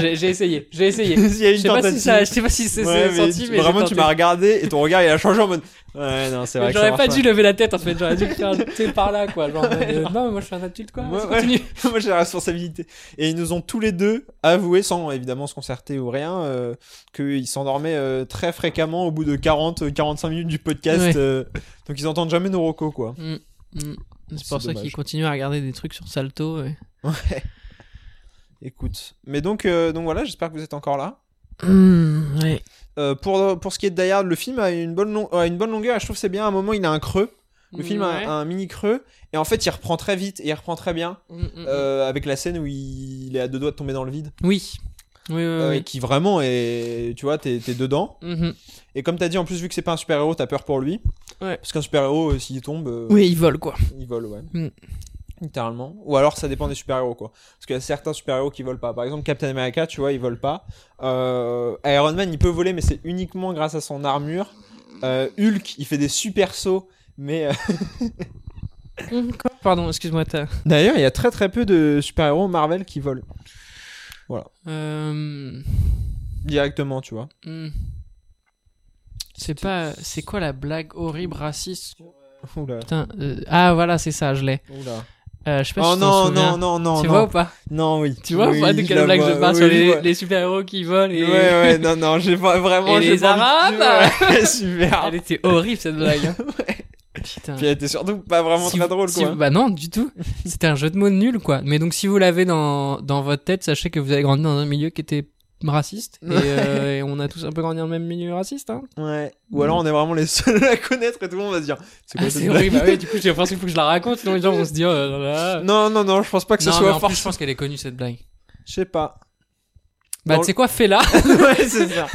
Speaker 5: j'ai, j'ai essayé, j'ai essayé.
Speaker 6: Il y a
Speaker 5: Je
Speaker 6: une
Speaker 5: sais pas
Speaker 6: tentative.
Speaker 5: si ça, je sais pas si c'est
Speaker 6: Ouais,
Speaker 5: c'est
Speaker 6: mais
Speaker 5: senti,
Speaker 6: tu-
Speaker 5: mais j'ai
Speaker 6: vraiment, tu
Speaker 5: tenté.
Speaker 6: m'as regardé et ton regard il a changé en mode. Ouais, non, c'est vrai. que ça
Speaker 5: J'aurais pas
Speaker 6: marche
Speaker 5: dû lever la tête en fait, j'aurais dû le faire tu sais, par là quoi. Genre, en mode, euh, non, mais moi je suis un adulte quoi.
Speaker 6: Ouais,
Speaker 5: vas-y,
Speaker 6: ouais.
Speaker 5: continue.
Speaker 6: Moi j'ai la responsabilité. Et ils nous ont tous les deux avoué, sans évidemment se concerter ou rien, euh, qu'ils s'endormaient euh, très fréquemment au bout de 40-45 euh, minutes du podcast.
Speaker 5: Ouais.
Speaker 6: euh, donc ils entendent jamais nos recos quoi.
Speaker 5: Mm. C'est
Speaker 6: C'est
Speaker 5: pour ça
Speaker 6: dommage.
Speaker 5: qu'ils continuent à regarder des trucs sur Salto. ouais.
Speaker 6: Ouais. Écoute. Mais donc, euh, donc voilà, j'espère que vous êtes encore là.
Speaker 5: Mm, ouais.
Speaker 6: Euh, pour, pour ce qui est de Die Hard, le film a une bonne, long- a une bonne longueur. et Je trouve que c'est bien. À un moment, il a un creux. Le film a,
Speaker 5: Ouais.
Speaker 6: un- un mini creux. Et en fait, il reprend très vite. Et il reprend très bien.
Speaker 5: Mm, mm, mm.
Speaker 6: euh, avec la scène où il, il est à deux doigts de tomber dans le vide.
Speaker 5: Oui. Oui, oui, oui.
Speaker 6: euh, et qui vraiment est. Tu vois, t'es t'es dedans.
Speaker 5: Mhm.
Speaker 6: Et comme t'as dit, en plus, vu que c'est pas un super-héros, t'as peur pour lui.
Speaker 5: Ouais.
Speaker 6: Parce qu'un super-héros, euh, s'il tombe, euh,
Speaker 5: Oui, ils volent quoi.
Speaker 6: il vole, ouais.
Speaker 5: Mm.
Speaker 6: Littéralement. Ou alors, ça dépend des super-héros, quoi. Parce qu'il y a certains super-héros qui volent pas. Par exemple, Captain America, tu vois, il vole pas. Euh, Iron Man, il peut voler, mais c'est uniquement grâce à son armure. Euh, Hulk, il fait des super-sauts, mais. euh,
Speaker 5: Mm-hmm. Pardon, excuse-moi. t'as-
Speaker 6: D'ailleurs, il y a très très peu de super-héros Marvel qui volent
Speaker 5: Euh,
Speaker 6: directement, tu vois.
Speaker 5: hmm. C'est pas. C'est quoi la blague horrible raciste
Speaker 6: Oula.
Speaker 5: Putain. euh, Ah voilà, c'est ça, je l'ai.
Speaker 6: Oula.
Speaker 5: Euh, je sais pas
Speaker 6: Oh
Speaker 5: si tu t'en
Speaker 6: non,
Speaker 5: souviens.
Speaker 6: non, non, non,
Speaker 5: Tu
Speaker 6: non.
Speaker 5: vois ou pas
Speaker 6: Non, oui.
Speaker 5: Tu vois
Speaker 6: oui,
Speaker 5: ou pas de quelle
Speaker 6: la
Speaker 5: blague je
Speaker 6: vois,
Speaker 5: parle
Speaker 6: oui,
Speaker 5: sur
Speaker 6: je
Speaker 5: les,
Speaker 6: vois.
Speaker 5: les super-héros qui volent et...
Speaker 6: Ouais, ouais, non, non, j'ai pas vraiment.
Speaker 5: Et
Speaker 6: j'ai
Speaker 5: les
Speaker 6: pas envie de-
Speaker 5: Arabes
Speaker 6: Ouais, Super.
Speaker 5: Elle était horrible cette blague. hein. Putain.
Speaker 6: Puis elle était surtout pas vraiment
Speaker 5: Si
Speaker 6: très
Speaker 5: vous-
Speaker 6: drôle,
Speaker 5: si
Speaker 6: quoi.
Speaker 5: vous- bah non, du tout. C'était un jeu de mots nul, quoi. Mais donc, si vous l'avez dans, dans votre tête, sachez que vous avez grandi dans un milieu qui était raciste. Et, euh, et on a tous un peu grandi dans le même milieu raciste. Hein.
Speaker 6: Ouais. Ou alors on est vraiment les seuls à connaître et tout le monde va se dire. C'est quoi
Speaker 5: Ah,
Speaker 6: cette
Speaker 5: c'est
Speaker 6: blague
Speaker 5: horrible. Bah oui, du coup, j'ai l'impression qu'il faut que je la raconte, sinon les gens vont se dire. euh, là, là.
Speaker 6: Non, non, non, je pense pas que ce
Speaker 5: Non, mais en
Speaker 6: soit
Speaker 5: plus, je
Speaker 6: forcément.
Speaker 5: pense qu'elle est connue cette blague.
Speaker 6: Je sais pas.
Speaker 5: Bah,
Speaker 6: Dans
Speaker 5: tu sais quoi, fais-la.
Speaker 6: ouais, c'est ça.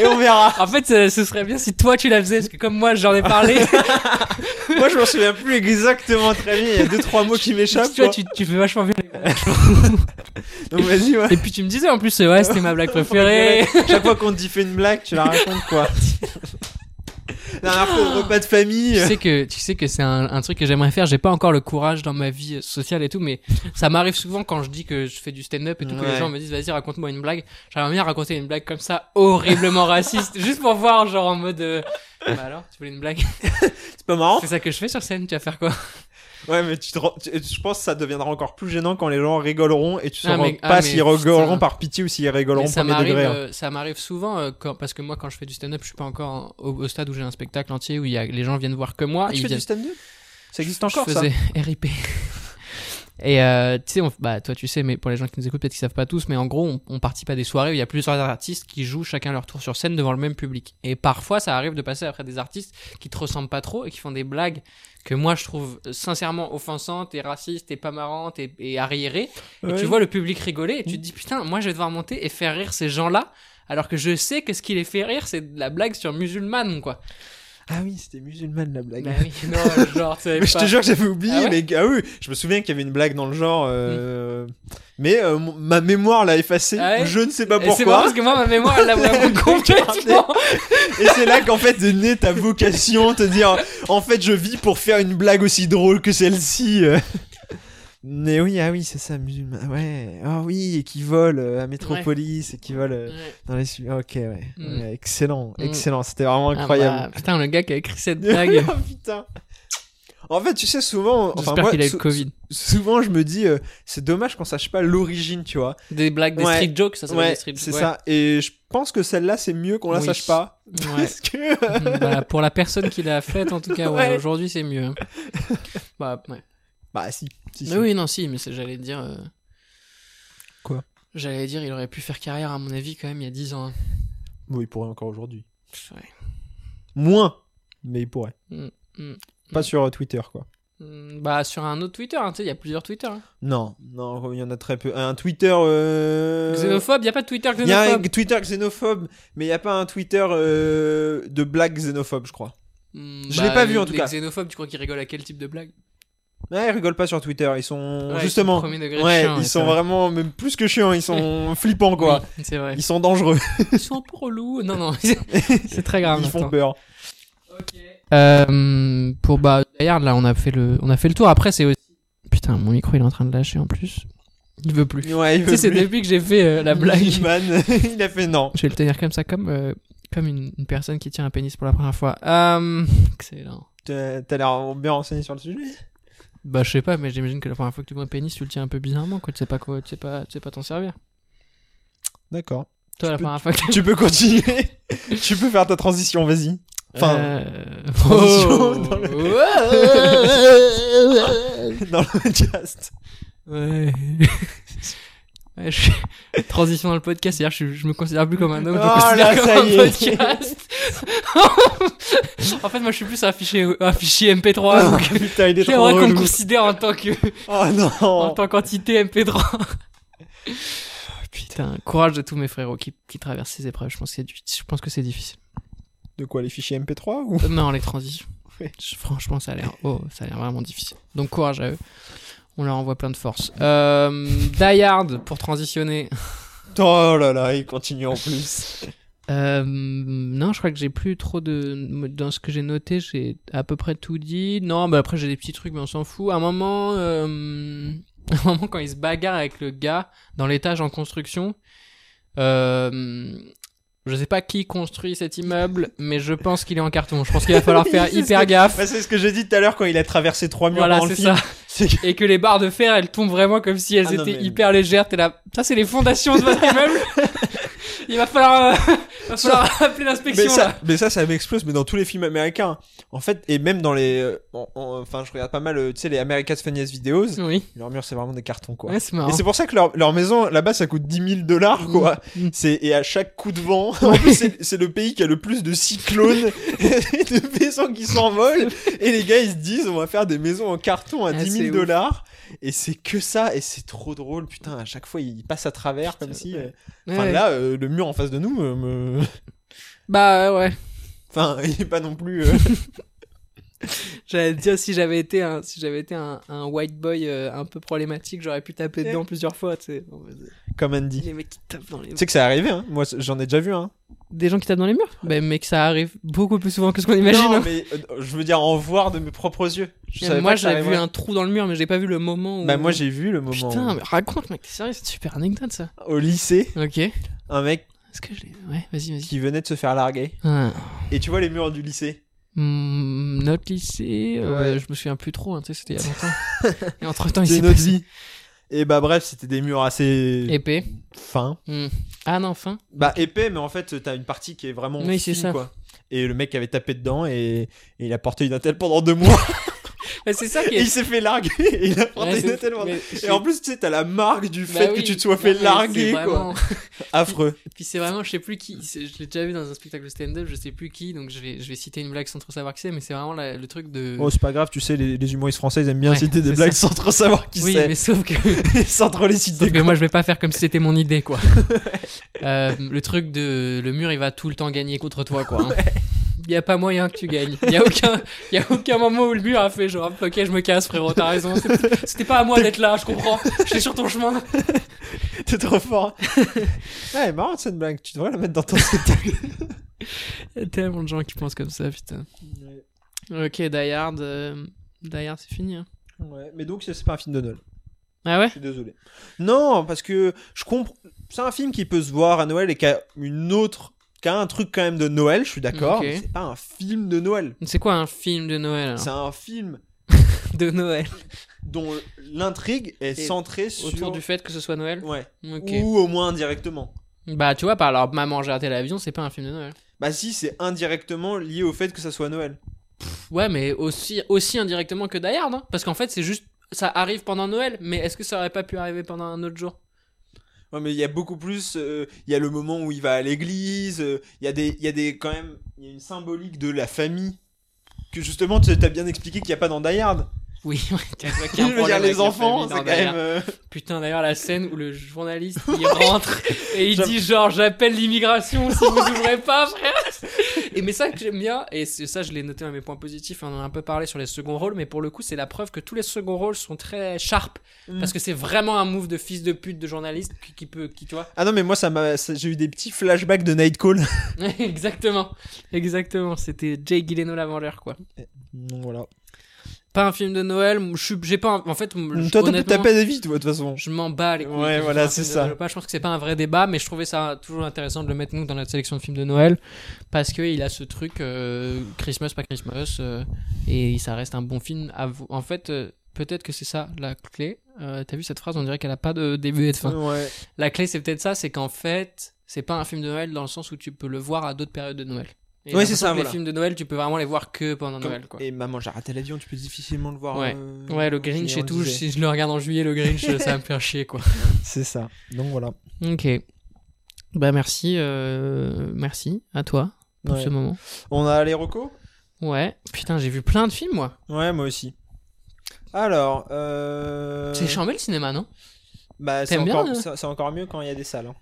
Speaker 6: et on verra.
Speaker 5: en fait, euh, ce serait bien si toi tu la faisais, parce que comme moi j'en ai parlé,
Speaker 6: Moi, je m'en souviens plus exactement très bien. Il y a deux, trois mots qui
Speaker 5: tu
Speaker 6: m'échappent.
Speaker 5: vois,
Speaker 6: quoi.
Speaker 5: tu, tu fais vachement bien.
Speaker 6: Donc, vas-y, ouais.
Speaker 5: Et puis tu me disais en plus, euh, ouais, c'était ma blague préférée.
Speaker 6: Chaque fois qu'on te dit fait une blague, tu la racontes, quoi. La dernière fois au repas de famille.
Speaker 5: tu sais que tu sais que c'est un, un truc que j'aimerais faire j'ai pas encore le courage dans ma vie sociale et tout mais ça m'arrive souvent quand je dis que je fais du stand-up et tout que les
Speaker 6: Ouais.
Speaker 5: gens me disent vas-y raconte-moi une blague j'aimerais bien raconter une blague comme ça horriblement raciste juste pour voir genre en mode euh, bah alors tu voulais une blague
Speaker 6: C'est pas marrant.
Speaker 5: c'est ça que je fais sur scène tu vas faire quoi
Speaker 6: Ouais, mais tu te rends- tu- je pense que ça deviendra encore plus gênant quand les gens rigoleront et tu
Speaker 5: Ah,
Speaker 6: sauras
Speaker 5: mais-
Speaker 6: pas
Speaker 5: ah, mais
Speaker 6: s'ils rigoleront
Speaker 5: putain.
Speaker 6: par pitié ou s'ils rigoleront
Speaker 5: Mais ça
Speaker 6: premier
Speaker 5: m'arrive
Speaker 6: degré. hein.
Speaker 5: euh, ça m'arrive souvent euh, quand, parce que moi quand je fais du stand-up je suis pas encore en- au, au stade où j'ai un spectacle entier où il y a, les gens viennent voir que moi
Speaker 6: Ah,
Speaker 5: ils
Speaker 6: tu fais
Speaker 5: viennent
Speaker 6: du stand-up hein. Ça existe
Speaker 5: je
Speaker 6: encore, ça
Speaker 5: faisais RIP. Et euh, tu sais, on- bah, toi tu sais, mais pour les gens qui nous écoutent, peut-être qu'ils savent pas tous, mais en gros, on, on participe à des soirées où il y a plusieurs artistes qui jouent chacun leur tour sur scène devant le même public. Et parfois, ça arrive de passer après des artistes qui te ressemblent pas trop et qui font des blagues que moi je trouve euh, sincèrement offensantes et racistes et pas marrantes et, et arriérées. Et
Speaker 6: Ouais.
Speaker 5: tu vois le public rigoler et tu te dis putain, moi je vais devoir monter et faire rire ces gens-là, alors que je sais que ce qui les fait rire, c'est de la blague sur musulmane, quoi.
Speaker 6: Ah oui, c'était musulmane la blague.
Speaker 5: Bah oui, non, genre, tu savais
Speaker 6: Mais je te
Speaker 5: pas.
Speaker 6: jure que j'avais oublié,
Speaker 5: Ah ouais Mm.
Speaker 6: mais ah oui, je me souviens qu'il y avait une blague dans le genre, euh, mais euh, mon- ma mémoire l'a effacée,
Speaker 5: Ah ouais
Speaker 6: je ne sais pas
Speaker 5: Et C'est marrant
Speaker 6: pourquoi.
Speaker 5: parce que moi, ma mémoire, elle l'a vraiment complètement.
Speaker 6: Et c'est là qu'en fait est née ta vocation, te dire, en fait, je vis pour faire une blague aussi drôle que celle-ci. euh. Mais oui, ah oui, c'est ça, musulman. Ouais, ah oui, et qui vole euh, à Métropolis, et qui vole euh, dans les. su- Ok, ouais.
Speaker 5: Mm.
Speaker 6: Ouais, excellent,
Speaker 5: Mm.
Speaker 6: excellent, c'était vraiment
Speaker 5: Ah
Speaker 6: incroyable.
Speaker 5: bah, putain, le gars qui a écrit cette blague.
Speaker 6: Oh, putain. En fait, tu sais, souvent. Enfin,
Speaker 5: J'espère
Speaker 6: moi,
Speaker 5: qu'il a eu le
Speaker 6: sou-
Speaker 5: Covid.
Speaker 6: souvent je me dis euh, c'est dommage qu'on sache pas l'origine tu vois
Speaker 5: Des blagues, des
Speaker 6: Ouais.
Speaker 5: street jokes, ça s'appelle
Speaker 6: ouais
Speaker 5: des
Speaker 6: c'est
Speaker 5: street jokes.
Speaker 6: ça euh, et je pense que celle-là c'est mieux qu'on la
Speaker 5: Oui.
Speaker 6: sache pas
Speaker 5: Ouais.
Speaker 6: parce que
Speaker 5: Mm, voilà, pour la personne qui l'a faite, en tout cas, ouais,
Speaker 6: Ouais.
Speaker 5: aujourd'hui, c'est mieux. hein. Bah, ouais.
Speaker 6: bah si, si, si.
Speaker 5: Mais oui, non, si, mais c'est- j'allais dire. euh,
Speaker 6: Quoi
Speaker 5: J'allais dire, il aurait pu faire carrière, à mon avis, quand même, il y a 10 ans. hein.
Speaker 6: Bon, il pourrait encore aujourd'hui
Speaker 5: Pff, ouais.
Speaker 6: moins mais il pourrait
Speaker 5: Mm, mm,
Speaker 6: pas
Speaker 5: mm.
Speaker 6: sur euh, Twitter quoi
Speaker 5: Mm, Bah, sur un autre Twitter, hein, tu sais, il y a plusieurs Twitter. hein.
Speaker 6: non non Oh, il y en a très peu un Twitter euh...
Speaker 5: Xénophobe, il y a pas de Twitter
Speaker 6: il y a un
Speaker 5: xénophobe.
Speaker 6: Twitter xénophobe mais il y a pas un Twitter euh, de blague xénophobe je crois
Speaker 5: Mm,
Speaker 6: Je l'ai
Speaker 5: bah,
Speaker 6: pas vu, en tout
Speaker 5: les
Speaker 6: cas.
Speaker 5: xénophobes, tu crois qu'ils rigolent à quel type de blague
Speaker 6: Ouais, ils rigolent pas sur Twitter, ils sont
Speaker 5: Ouais, ils
Speaker 6: justement.
Speaker 5: sont premier degré
Speaker 6: ouais,
Speaker 5: chiants, ouais,
Speaker 6: ils sont
Speaker 5: c'est vrai.
Speaker 6: vraiment même plus que chiants, ils sont flippants quoi.
Speaker 5: Oui, c'est vrai.
Speaker 6: Ils sont dangereux,
Speaker 5: Ils sont un peu relous. Non, non, c'est très grave.
Speaker 6: ils font
Speaker 5: attends.
Speaker 6: peur.
Speaker 5: Euh, pour bah d'ailleurs là, on a fait le, on a fait le tour. Après, c'est aussi. Putain, mon micro il est en train de lâcher en plus. Il veut plus.
Speaker 6: Ouais, il
Speaker 5: Tu sais, c'est depuis que j'ai fait euh, la blague.
Speaker 6: Man, il a fait non.
Speaker 5: Je vais le tenir comme ça, comme euh, comme une, une personne qui tient un pénis pour la première fois. Euh, excellent.
Speaker 6: T'as t'as l'air bien renseigné sur le sujet.
Speaker 5: Bah je sais pas, mais j'imagine que la première fois que tu vois un pénis, tu le tiens un peu bizarrement, quoi. Tu sais pas quoi, tu sais pas, tu sais pas t'en servir.
Speaker 6: D'accord.
Speaker 5: Toi, la
Speaker 6: peux-
Speaker 5: première fois que.
Speaker 6: tu peux continuer. tu peux faire ta transition, vas-y. Enfin,
Speaker 5: Euh,
Speaker 6: transition
Speaker 5: oh.
Speaker 6: dans le-
Speaker 5: Ouais.
Speaker 6: dans le podcast.
Speaker 5: Ouais. Ouais, je- Transition dans le podcast, c'est-à-dire je, je me considère plus comme un homme, je me
Speaker 6: Oh
Speaker 5: considère
Speaker 6: là,
Speaker 5: comme
Speaker 6: ça
Speaker 5: un
Speaker 6: y est.
Speaker 5: podcast. en fait, moi je suis plus un fichier, un fichier MP3,
Speaker 6: Oh,
Speaker 5: donc
Speaker 6: putain, il est trop
Speaker 5: j'aimerais qu'on me
Speaker 6: relou.
Speaker 5: considère en tant que,
Speaker 6: Oh
Speaker 5: en
Speaker 6: non.
Speaker 5: tant qu'entité MP3. Oh, Putain, courage de tous mes frérots qui, qui traversent ces épreuves, je pense que c'est, du- je pense que c'est difficile.
Speaker 6: De quoi les fichiers MP3 ou
Speaker 5: Euh, Non, les transitions.
Speaker 6: Ouais.
Speaker 5: Je- Franchement, ça a l'air oh, ça a l'air vraiment difficile. Donc courage à eux. On leur envoie plein de force. Euh, Die Hard pour transitionner.
Speaker 6: Oh là là, il continue en plus.
Speaker 5: Euh, non, je crois que j'ai plus trop de. Dans ce que j'ai noté, j'ai à peu près tout dit. Non, bah après j'ai des petits trucs, mais on s'en fout. À un moment, euh, à un moment quand il se bagarre avec le gars dans l'étage en construction, euh, je sais pas qui construit cet immeuble, mais je pense qu'il est en carton. Je pense qu'il va falloir faire
Speaker 6: C'est ce
Speaker 5: hyper
Speaker 6: que-
Speaker 5: gaffe.
Speaker 6: Bah, c'est ce que j'ai dit tout à l'heure quand il a traversé trois murs
Speaker 5: Voilà,
Speaker 6: dans le
Speaker 5: c'est
Speaker 6: film.
Speaker 5: ça.
Speaker 6: C'est que-
Speaker 5: Et que les barres de fer, elles tombent vraiment comme si elles
Speaker 6: Ah non,
Speaker 5: étaient
Speaker 6: mais-
Speaker 5: hyper légères. T'es là, ça c'est les fondations de votre immeuble. Il va falloir, euh, va falloir appeler
Speaker 6: Mais
Speaker 5: l'inspection. là.
Speaker 6: ça, mais ça, ça m'explose, mais dans tous les films américains. En fait, et même dans les. euh, en- en- Enfin, je regarde pas mal, euh, tu sais, les America's Funniest Videos.
Speaker 5: Oui,
Speaker 6: Leurs murs, c'est vraiment des cartons, quoi.
Speaker 5: ouais, c'est marrant.
Speaker 6: Et c'est pour ça que leur, leur maison là-bas ça coûte 10 000 dollars quoi.
Speaker 5: Mm.
Speaker 6: C'est et à chaque coup de vent, en plus c'est- c'est le pays qui a le plus de cyclones et de maisons qui s'envolent et les gars ils se disent on va faire des maisons en carton à
Speaker 5: Ah,
Speaker 6: 10
Speaker 5: c'est
Speaker 6: 000
Speaker 5: ouf.
Speaker 6: dollars et c'est que ça et c'est trop drôle putain à chaque fois ils passent à travers comme si euh, enfin
Speaker 5: Ouais.
Speaker 6: là euh, le mur en face de nous euh, me-
Speaker 5: Bah ouais.
Speaker 6: enfin il est pas non plus euh,
Speaker 5: J'allais te dire si j'avais été un si j'avais été un, un white boy euh, un peu problématique, j'aurais pu taper dedans plusieurs fois. Tu sais. Bon, vas-y.
Speaker 6: comme Andy.
Speaker 5: Les mecs qui tapent dans les
Speaker 6: Tu sais que ça arrivé hein. Moi j'en ai déjà vu hein.
Speaker 5: des gens qui tapent dans les murs. Bah, mais que ça arrive beaucoup plus souvent que ce qu'on imagine.
Speaker 6: Non
Speaker 5: hein.
Speaker 6: mais euh, je veux dire en voir de mes propres yeux. Je savais
Speaker 5: moi
Speaker 6: pas que ça
Speaker 5: j'avais vu
Speaker 6: arriverait.
Speaker 5: un trou dans le mur, mais j'ai pas vu le moment où.
Speaker 6: Bah moi j'ai vu le moment
Speaker 5: Putain,
Speaker 6: où-
Speaker 5: mais raconte mec, t'es sérieux, c'est une super anecdote ça.
Speaker 6: au lycée,
Speaker 5: Ok. Est-ce
Speaker 6: un mec
Speaker 5: que je l'ai Ouais, vas-y, vas-y.
Speaker 6: qui venait de se faire larguer.
Speaker 5: Ah.
Speaker 6: Et tu vois les murs du lycée.
Speaker 5: Hmm, notre lycée, euh,
Speaker 6: Ouais.
Speaker 5: je me souviens plus trop, hein, tu sais, c'était il y a longtemps. Et entre temps, il
Speaker 6: C'est
Speaker 5: s'est
Speaker 6: une autre
Speaker 5: passé
Speaker 6: vie. Et bah bref, c'était des murs assez
Speaker 5: épais.
Speaker 6: fins.
Speaker 5: Ah non, fin.
Speaker 6: Bah épais, mais en fait, t'as une partie qui est vraiment
Speaker 5: Oui, c'est
Speaker 6: fine,
Speaker 5: ça.
Speaker 6: quoi. Et le mec avait tapé dedans et, et il a porté une attelle pendant deux mois.
Speaker 5: Bah, c'est ça qui
Speaker 6: et
Speaker 5: est.
Speaker 6: il s'est fait larguer. Et il a porté
Speaker 5: Ouais,
Speaker 6: une
Speaker 5: c'est-
Speaker 6: attelle pendant-
Speaker 5: mais
Speaker 6: Et
Speaker 5: c'est-
Speaker 6: en plus, tu sais, t'as la marque du
Speaker 5: Bah
Speaker 6: fait
Speaker 5: oui,
Speaker 6: que tu te sois fait
Speaker 5: non, mais
Speaker 6: larguer,
Speaker 5: c'est
Speaker 6: quoi.
Speaker 5: vraiment-
Speaker 6: Affreux.
Speaker 5: Puis c'est vraiment, je sais plus qui, c'est- je l'ai déjà vu dans un spectacle de stand-up, je sais plus qui, donc je vais, je vais citer une blague sans trop savoir qui c'est, mais c'est vraiment la- le truc de.
Speaker 6: Oh, c'est pas grave, tu sais, les, les humoristes français, ils aiment bien
Speaker 5: Ouais,
Speaker 6: citer des
Speaker 5: c'est
Speaker 6: blagues sans trop savoir qui
Speaker 5: oui,
Speaker 6: c'est.
Speaker 5: mais sauf que,
Speaker 6: sans trop les citer.
Speaker 5: sauf que moi je vais pas faire comme si c'était mon idée, quoi. Euh, le truc de le mur il va tout le temps gagner contre toi, quoi. hein. Il y a pas moyen que tu gagnes. Il y a aucun, il y a aucun moment où le mur a fait genre ok je me casse frérot t'as raison. C'est- C'était pas à moi d'être là, je comprends. Je suis sur ton chemin.
Speaker 6: T'es trop fort. ouais, marrant cette blague. Tu devrais la mettre dans ton spectacle.
Speaker 5: Il y a tellement de gens qui pensent comme ça putain. Ok Die Hard, euh, Die Hard, c'est fini. hein.
Speaker 6: Ouais, mais donc c'est c'est pas un film de Noël.
Speaker 5: Ah ouais.
Speaker 6: Je suis désolé. Non, parce que je comprends. C'est un film qui peut se voir à Noël et qui a une autre, qui a un truc quand même de Noël. Je suis d'accord.
Speaker 5: Ok.
Speaker 6: mais C'est pas un film de Noël.
Speaker 5: C'est quoi un film de Noël alors
Speaker 6: C'est un film
Speaker 5: De Noël.
Speaker 6: dont l'intrigue est
Speaker 5: Et
Speaker 6: centrée sur.
Speaker 5: Autour du fait que ce soit Noël
Speaker 6: Ouais.
Speaker 5: Ok.
Speaker 6: Ou au moins indirectement.
Speaker 5: Bah, tu vois, par alors Maman, j'ai raté l'avion, c'est pas un film de Noël.
Speaker 6: Bah si, c'est indirectement lié au fait que ça soit Noël.
Speaker 5: Pff, Ouais, mais aussi, aussi indirectement que Die Hard, hein, parce qu'en fait, c'est juste. Ça arrive pendant Noël, mais est-ce que ça aurait pas pu arriver pendant un autre jour
Speaker 6: Ouais, mais il y a beaucoup plus. euh, Il y a le moment où il va à l'église. euh, Il y a des, il y a des quand même. Il y a une symbolique de la famille que justement tu as bien expliqué qu'il n'y a pas dans Die Hard.
Speaker 5: Oui, ouais, t'as- t'as
Speaker 6: Je
Speaker 5: qu'un
Speaker 6: veux
Speaker 5: problème
Speaker 6: dire
Speaker 5: avec
Speaker 6: les
Speaker 5: la famille
Speaker 6: enfants, c'est
Speaker 5: dans
Speaker 6: quand
Speaker 5: Die
Speaker 6: même.
Speaker 5: Hard.
Speaker 6: euh,
Speaker 5: Putain, d'ailleurs, la scène où le journaliste il rentre et il dit genre j'appelle l'immigration si vous ouvrez pas, frère. Et mais ça que j'aime bien et c'est ça je l'ai noté dans mes points positifs, on en a un peu parlé sur les seconds rôles, mais pour le coup c'est la preuve que tous les seconds rôles sont très sharp
Speaker 6: Mm.
Speaker 5: parce que c'est vraiment un move de fils de pute de journaliste qui, qui peut, qui tu vois.
Speaker 6: Ah non mais moi ça m'a, ça- j'ai eu des petits flashbacks de Night Call.
Speaker 5: exactement, exactement. C'était Jay Gyllenhaal l'avant-l'heure quoi.
Speaker 6: Donc, voilà.
Speaker 5: Pas un film de Noël, je suis- j'ai pas, un- en fait, je-
Speaker 6: Toi t'as-
Speaker 5: honnêtement-
Speaker 6: t'as pas d'avis toi de toute façon.
Speaker 5: Je m'en bats les couilles.
Speaker 6: Ouais,
Speaker 5: que
Speaker 6: voilà,
Speaker 5: ce soit un film de
Speaker 6: c'est ça.
Speaker 5: Noël ou pas. Je pense que c'est pas un vrai débat, mais je trouvais ça toujours intéressant de le mettre nous dans notre sélection de films de Noël parce que il a ce truc euh, Christmas pas Christmas euh, et ça reste un bon film. à vo- En fait, euh, peut-être que c'est ça la clé. Euh, T'as vu cette phrase On dirait qu'elle a pas de début et de fin.
Speaker 6: Ouais.
Speaker 5: La clé, c'est peut-être ça, c'est qu'en fait, c'est pas un film de Noël dans le sens où tu peux le voir à d'autres périodes de Noël. Et j'ai
Speaker 6: Ouais, c'est
Speaker 5: l'impression
Speaker 6: ça,
Speaker 5: que Les
Speaker 6: voilà.
Speaker 5: films de Noël, tu peux vraiment les voir que pendant Noël. Quoi.
Speaker 6: Et maman j'ai raté l'avion, tu peux difficilement le voir.
Speaker 5: Ouais.
Speaker 6: euh,
Speaker 5: Ouais, le
Speaker 6: ok,
Speaker 5: Grinch
Speaker 6: on
Speaker 5: et
Speaker 6: le
Speaker 5: tout.
Speaker 6: disait.
Speaker 5: Si je le regarde en juillet, le Grinch, ça va me faire chier, quoi.
Speaker 6: C'est ça. Donc voilà.
Speaker 5: Ok. Bah merci, euh, merci à toi pour
Speaker 6: Ouais.
Speaker 5: ce moment.
Speaker 6: On a les recos
Speaker 5: Ouais. Putain, j'ai vu plein de films moi.
Speaker 6: Ouais moi aussi. Alors. Euh...
Speaker 5: C'est chambé le cinéma, non
Speaker 6: Bah, c'est
Speaker 5: T'aimes bien,
Speaker 6: encore,
Speaker 5: euh
Speaker 6: c'est- c'est encore mieux quand il y a des salles. hein.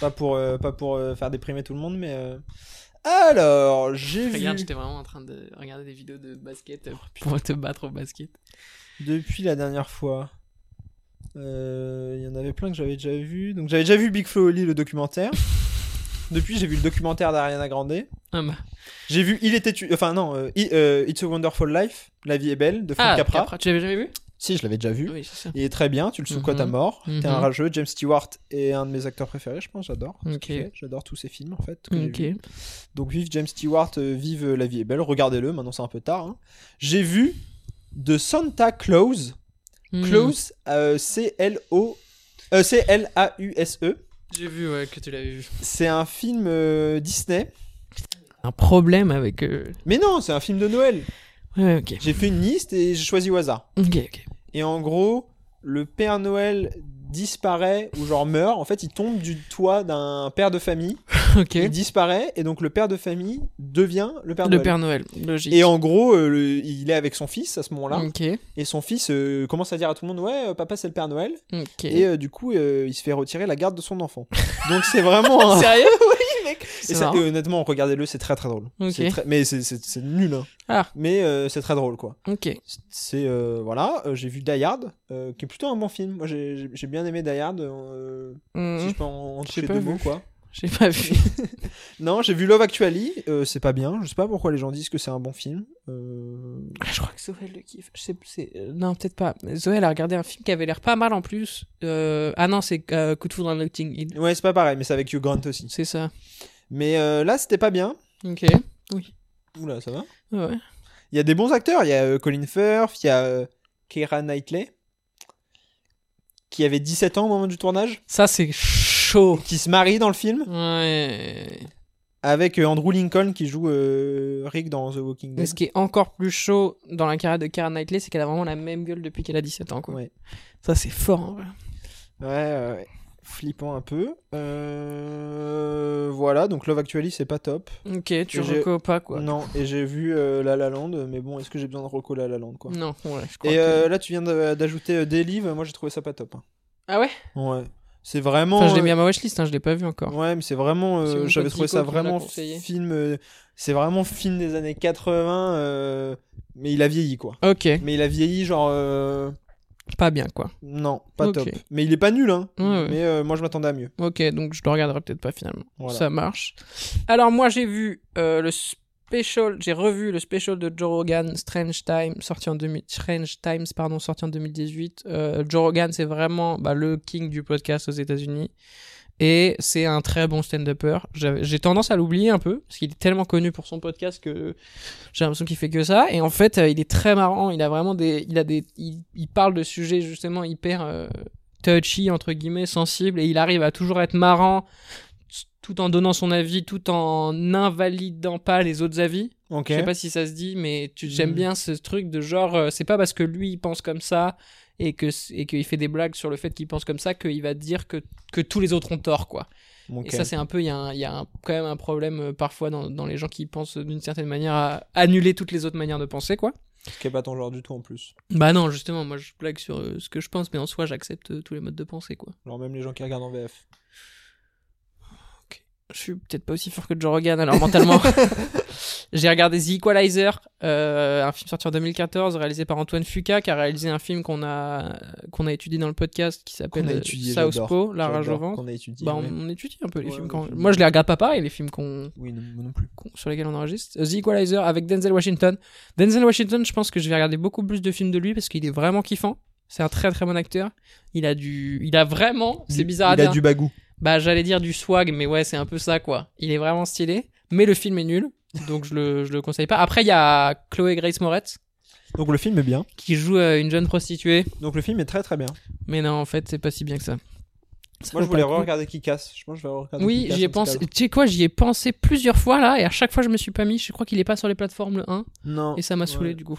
Speaker 6: Pas pour, euh, pas pour euh, faire déprimer tout le monde, mais. euh. Alors, j'ai vu Oh,
Speaker 5: Regarde, j'étais vraiment en train de regarder des vidéos de basket euh, pour te battre au basket.
Speaker 6: depuis la dernière fois. euh, Il y en avait plein que j'avais déjà vu. Donc, j'avais déjà vu Big Flo et Oli, le documentaire. Depuis, j'ai vu le documentaire d'Ariana Grande.
Speaker 5: Ah, bah.
Speaker 6: J'ai vu Il était. tu- Enfin, non, euh, I- euh, It's a Wonderful Life, La vie est belle, de Frank
Speaker 5: Ah,
Speaker 6: Capra.
Speaker 5: Capra, tu l'avais jamais vu
Speaker 6: Si, je l'avais déjà vu.
Speaker 5: Oui, c'est ça.
Speaker 6: Il est très bien, tu le sous-cotes à
Speaker 5: Mhm.
Speaker 6: mort. T'es un
Speaker 5: Mhm.
Speaker 6: rageux. James Stewart est un de mes acteurs préférés, je pense. J'adore. ce qu'il
Speaker 5: Ok. Mm.
Speaker 6: fait. J'adore tous ses films, en fait. que j'ai
Speaker 5: Ok.
Speaker 6: vus. Donc, vive James Stewart, euh, vive euh, La vie est belle. Regardez-le, maintenant c'est un peu tard. hein. J'ai vu de Santa Claus.
Speaker 5: Hmm.
Speaker 6: Claus, euh, C-L-O. euh, C-L-A-U-S-E.
Speaker 5: J'ai vu ouais, que tu l'avais vu.
Speaker 6: E. C'est un film euh, Disney.
Speaker 5: Un problème avec. euh,
Speaker 6: Mais non, c'est un film de Noël.
Speaker 5: Ouais, ouais, ok.
Speaker 6: J'ai fait une liste et j'ai choisi au hasard.
Speaker 5: Ok, ok.
Speaker 6: Et en gros, le Père Noël disparaît ou genre meurt. En fait, il tombe du toit d'un père de famille.
Speaker 5: Ok.
Speaker 6: Il disparaît et donc le père de famille devient le Père
Speaker 5: Le
Speaker 6: Noël.
Speaker 5: Père Noël, logique.
Speaker 6: Et en gros, euh, le- il est avec son fils à ce moment-là.
Speaker 5: Ok,
Speaker 6: Et son fils euh, commence à dire à tout le monde Ouais, euh, papa, c'est le Père Noël.
Speaker 5: ok.
Speaker 6: Et euh, du coup, euh, il se fait retirer la garde de son enfant. donc c'est vraiment. un-
Speaker 5: Sérieux
Speaker 6: Et,
Speaker 5: C'est
Speaker 6: ça,
Speaker 5: marrant.
Speaker 6: et honnêtement, regardez-le, c'est très très drôle.
Speaker 5: Ok.
Speaker 6: C'est très- Mais c'est- c'est c'est nul. hein.
Speaker 5: Ah.
Speaker 6: Mais euh, c'est très drôle, quoi.
Speaker 5: Ok.
Speaker 6: C'est euh, voilà, euh, j'ai vu Die Hard, euh, qui est plutôt un bon film. Moi, j'ai j'ai- j'ai bien aimé Die Hard. euh, Si
Speaker 5: Hmm,
Speaker 6: je peux en, en
Speaker 5: J'ai
Speaker 6: toucher
Speaker 5: pas
Speaker 6: deux
Speaker 5: vu.
Speaker 6: mots, quoi.
Speaker 5: J'ai pas vu.
Speaker 6: Non, j'ai vu Love Actually. euh, c'est pas bien. Je sais pas pourquoi les gens disent que c'est un bon film. Euh,
Speaker 5: je crois que Zoé le kiffe. Je sais, c'est... euh, Non, peut-être pas. Zoé, elle a regardé un film qui avait l'air pas mal en plus. Euh, Ah non, c'est euh, Coup de foudre à Notting Hill.
Speaker 6: Ouais, c'est pas pareil, mais c'est avec Hugh Grant aussi.
Speaker 5: C'est ça.
Speaker 6: Mais euh, là, c'était pas bien.
Speaker 5: Ok.
Speaker 6: Oula, ça va.
Speaker 5: Ouais.
Speaker 6: Il y a des bons acteurs. Il y a euh, Colin Firth, il y a euh, Keira Knightley, qui avait 17 ans au moment du tournage,
Speaker 5: Ça, c'est chaud.
Speaker 6: qui se marie dans le film
Speaker 5: Ouais.
Speaker 6: avec euh, Andrew Lincoln qui joue euh, Rick dans The Walking
Speaker 5: Mais
Speaker 6: Dead.
Speaker 5: ce qui est encore plus chaud dans la carrière de Karen Knightley, c'est qu'elle a vraiment la même gueule depuis qu'elle a 17 ans. Quoi.
Speaker 6: Ouais.
Speaker 5: Ça, c'est fort. en vrai.
Speaker 6: Ouais, ouais, ouais. flippant un peu. Euh, Voilà, donc Love Actually, c'est pas top.
Speaker 5: Ok, tu
Speaker 6: Et j'ai-
Speaker 5: recos pas, quoi.
Speaker 6: Non, et j'ai vu euh, La La Land, mais bon, est-ce que j'ai besoin de reco La La Land, quoi
Speaker 5: Non, ouais, je crois
Speaker 6: Mm. Et
Speaker 5: que-
Speaker 6: euh, là, tu viens de- d'ajouter euh, des livres, moi j'ai trouvé ça pas top. hein.
Speaker 5: Ah ouais
Speaker 6: Ouais. C'est vraiment.
Speaker 5: Enfin, je l'ai mis
Speaker 6: euh,
Speaker 5: à ma watchlist, hein, je l'ai pas vu encore.
Speaker 6: Ouais, mais c'est vraiment. euh,
Speaker 5: C'est mon
Speaker 6: J'avais
Speaker 5: pote
Speaker 6: trouvé
Speaker 5: Nico
Speaker 6: ça
Speaker 5: qui me l'a
Speaker 6: vraiment
Speaker 5: conseillé.
Speaker 6: film. euh, C'est vraiment film des années 80, euh, mais il a vieilli, quoi.
Speaker 5: Ok,
Speaker 6: Mais il a vieilli, genre. euh,
Speaker 5: pas bien, quoi.
Speaker 6: Non, pas
Speaker 5: Ok.
Speaker 6: top. Mais il est pas nul, hein.
Speaker 5: Ouais, ouais.
Speaker 6: Mais euh, moi, je m'attendais à mieux.
Speaker 5: Ok, donc je le regarderai peut-être pas finalement.
Speaker 6: Voilà.
Speaker 5: Ça marche. Alors moi j'ai vu euh, le special, j'ai revu le special de Joe Rogan, Strange Time, sorti en 2000, Strange Times pardon, sorti en 2018. Euh, Joe Rogan c'est vraiment bah, le king du podcast aux États-Unis et c'est un très bon stand-upper. J'avais- J'ai tendance à l'oublier un peu parce qu'il est tellement connu pour son podcast que j'ai l'impression qu'il fait que ça. Et en fait euh, il est très marrant. Il a vraiment des, il a des, il, il parle de sujets justement hyper euh, touchy entre guillemets sensible et il arrive à toujours être marrant s- tout en donnant son avis tout en n'invalidant pas les autres avis
Speaker 6: Ok.
Speaker 5: je sais pas si ça se dit mais tu j'aime
Speaker 6: Mm.
Speaker 5: bien ce truc de genre euh, c'est pas parce que lui il pense comme ça et que c- et qu'il fait des blagues sur le fait qu'il pense comme ça qu'il va dire que que tous les autres ont tort quoi
Speaker 6: Ok.
Speaker 5: et ça c'est un peu il y a, un- il y a un- quand même un problème euh, parfois dans, dans les gens qui pensent d'une certaine manière à annuler toutes les autres manières de penser quoi
Speaker 6: Ce qui est pas ton genre du tout en plus.
Speaker 5: bah non justement moi je blague sur euh, ce que je pense mais en soi j'accepte euh, tous les modes de pensée quoi
Speaker 6: Genre même les gens qui regardent en VF.
Speaker 5: je suis peut-être pas aussi fort que Joe Rogan, alors mentalement. J'ai regardé The Equalizer, euh, un film sorti en 2014, réalisé par Antoine Fuca, qui a réalisé un film qu'on a, qu'on a étudié dans le podcast, qui s'appelle
Speaker 6: Qu'on a
Speaker 5: euh,
Speaker 6: étudié,
Speaker 5: Southpaw,
Speaker 6: j'adore.
Speaker 5: La rage au
Speaker 6: J'adore
Speaker 5: ventre.
Speaker 6: Qu'on a étudié.
Speaker 5: Bah, on,
Speaker 6: ouais.
Speaker 5: on étudie un peu les
Speaker 6: Ouais,
Speaker 5: films.
Speaker 6: on
Speaker 5: Quand...
Speaker 6: étudie.
Speaker 5: Moi, je les regarde pas pareil, les films qu'on
Speaker 6: Oui, non, moi non plus.
Speaker 5: qu'on- sur lesquels on enregistre. Euh, The Equalizer avec Denzel Washington. Denzel Washington, je pense que je vais regarder beaucoup plus de films de lui parce qu'il est vraiment kiffant. C'est un très très bon acteur. Il a du, il a vraiment, c'est
Speaker 6: Du-
Speaker 5: bizarre à
Speaker 6: Il
Speaker 5: dire.
Speaker 6: a du bagou.
Speaker 5: Bah, j'allais dire du swag, mais ouais, c'est un peu ça, quoi. Il est vraiment stylé, mais le film est nul, donc je le, je le conseille pas. Après, il y a Chloé Grace Moretz,
Speaker 6: Donc le film est bien.
Speaker 5: qui joue euh, une jeune prostituée,
Speaker 6: Donc le film est très très bien.
Speaker 5: mais non, en fait, c'est pas si bien que ça. Ça
Speaker 6: Moi je
Speaker 5: vaut pas le
Speaker 6: voulais
Speaker 5: coup.
Speaker 6: regarder qui casse. Je pense que je vais regarder.
Speaker 5: Oui, j'y ai pensé.
Speaker 6: hein.
Speaker 5: Tu sais quoi, j'y ai pensé plusieurs fois là, et à chaque fois je me suis pas mis. Je crois qu'il est pas sur les plateformes le 1,
Speaker 6: Non.
Speaker 5: et ça m'a saoulé
Speaker 6: ouais.
Speaker 5: du coup.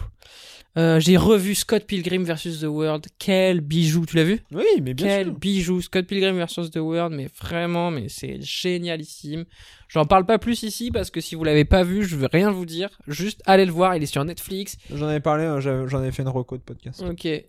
Speaker 5: Euh, j'ai revu Scott Pilgrim versus The World. Quel bijou, tu l'as vu
Speaker 6: Oui, mais bien
Speaker 5: Quel
Speaker 6: sûr.
Speaker 5: bijou Scott Pilgrim versus The World, mais vraiment, mais c'est génialissime. J'en parle pas plus ici parce que si vous l'avez pas vu, je veux rien vous dire. Juste allez le voir, il est sur Netflix.
Speaker 6: J'en avais parlé, euh, j'avais- j'en avais fait une reco de podcast.
Speaker 5: Ok, et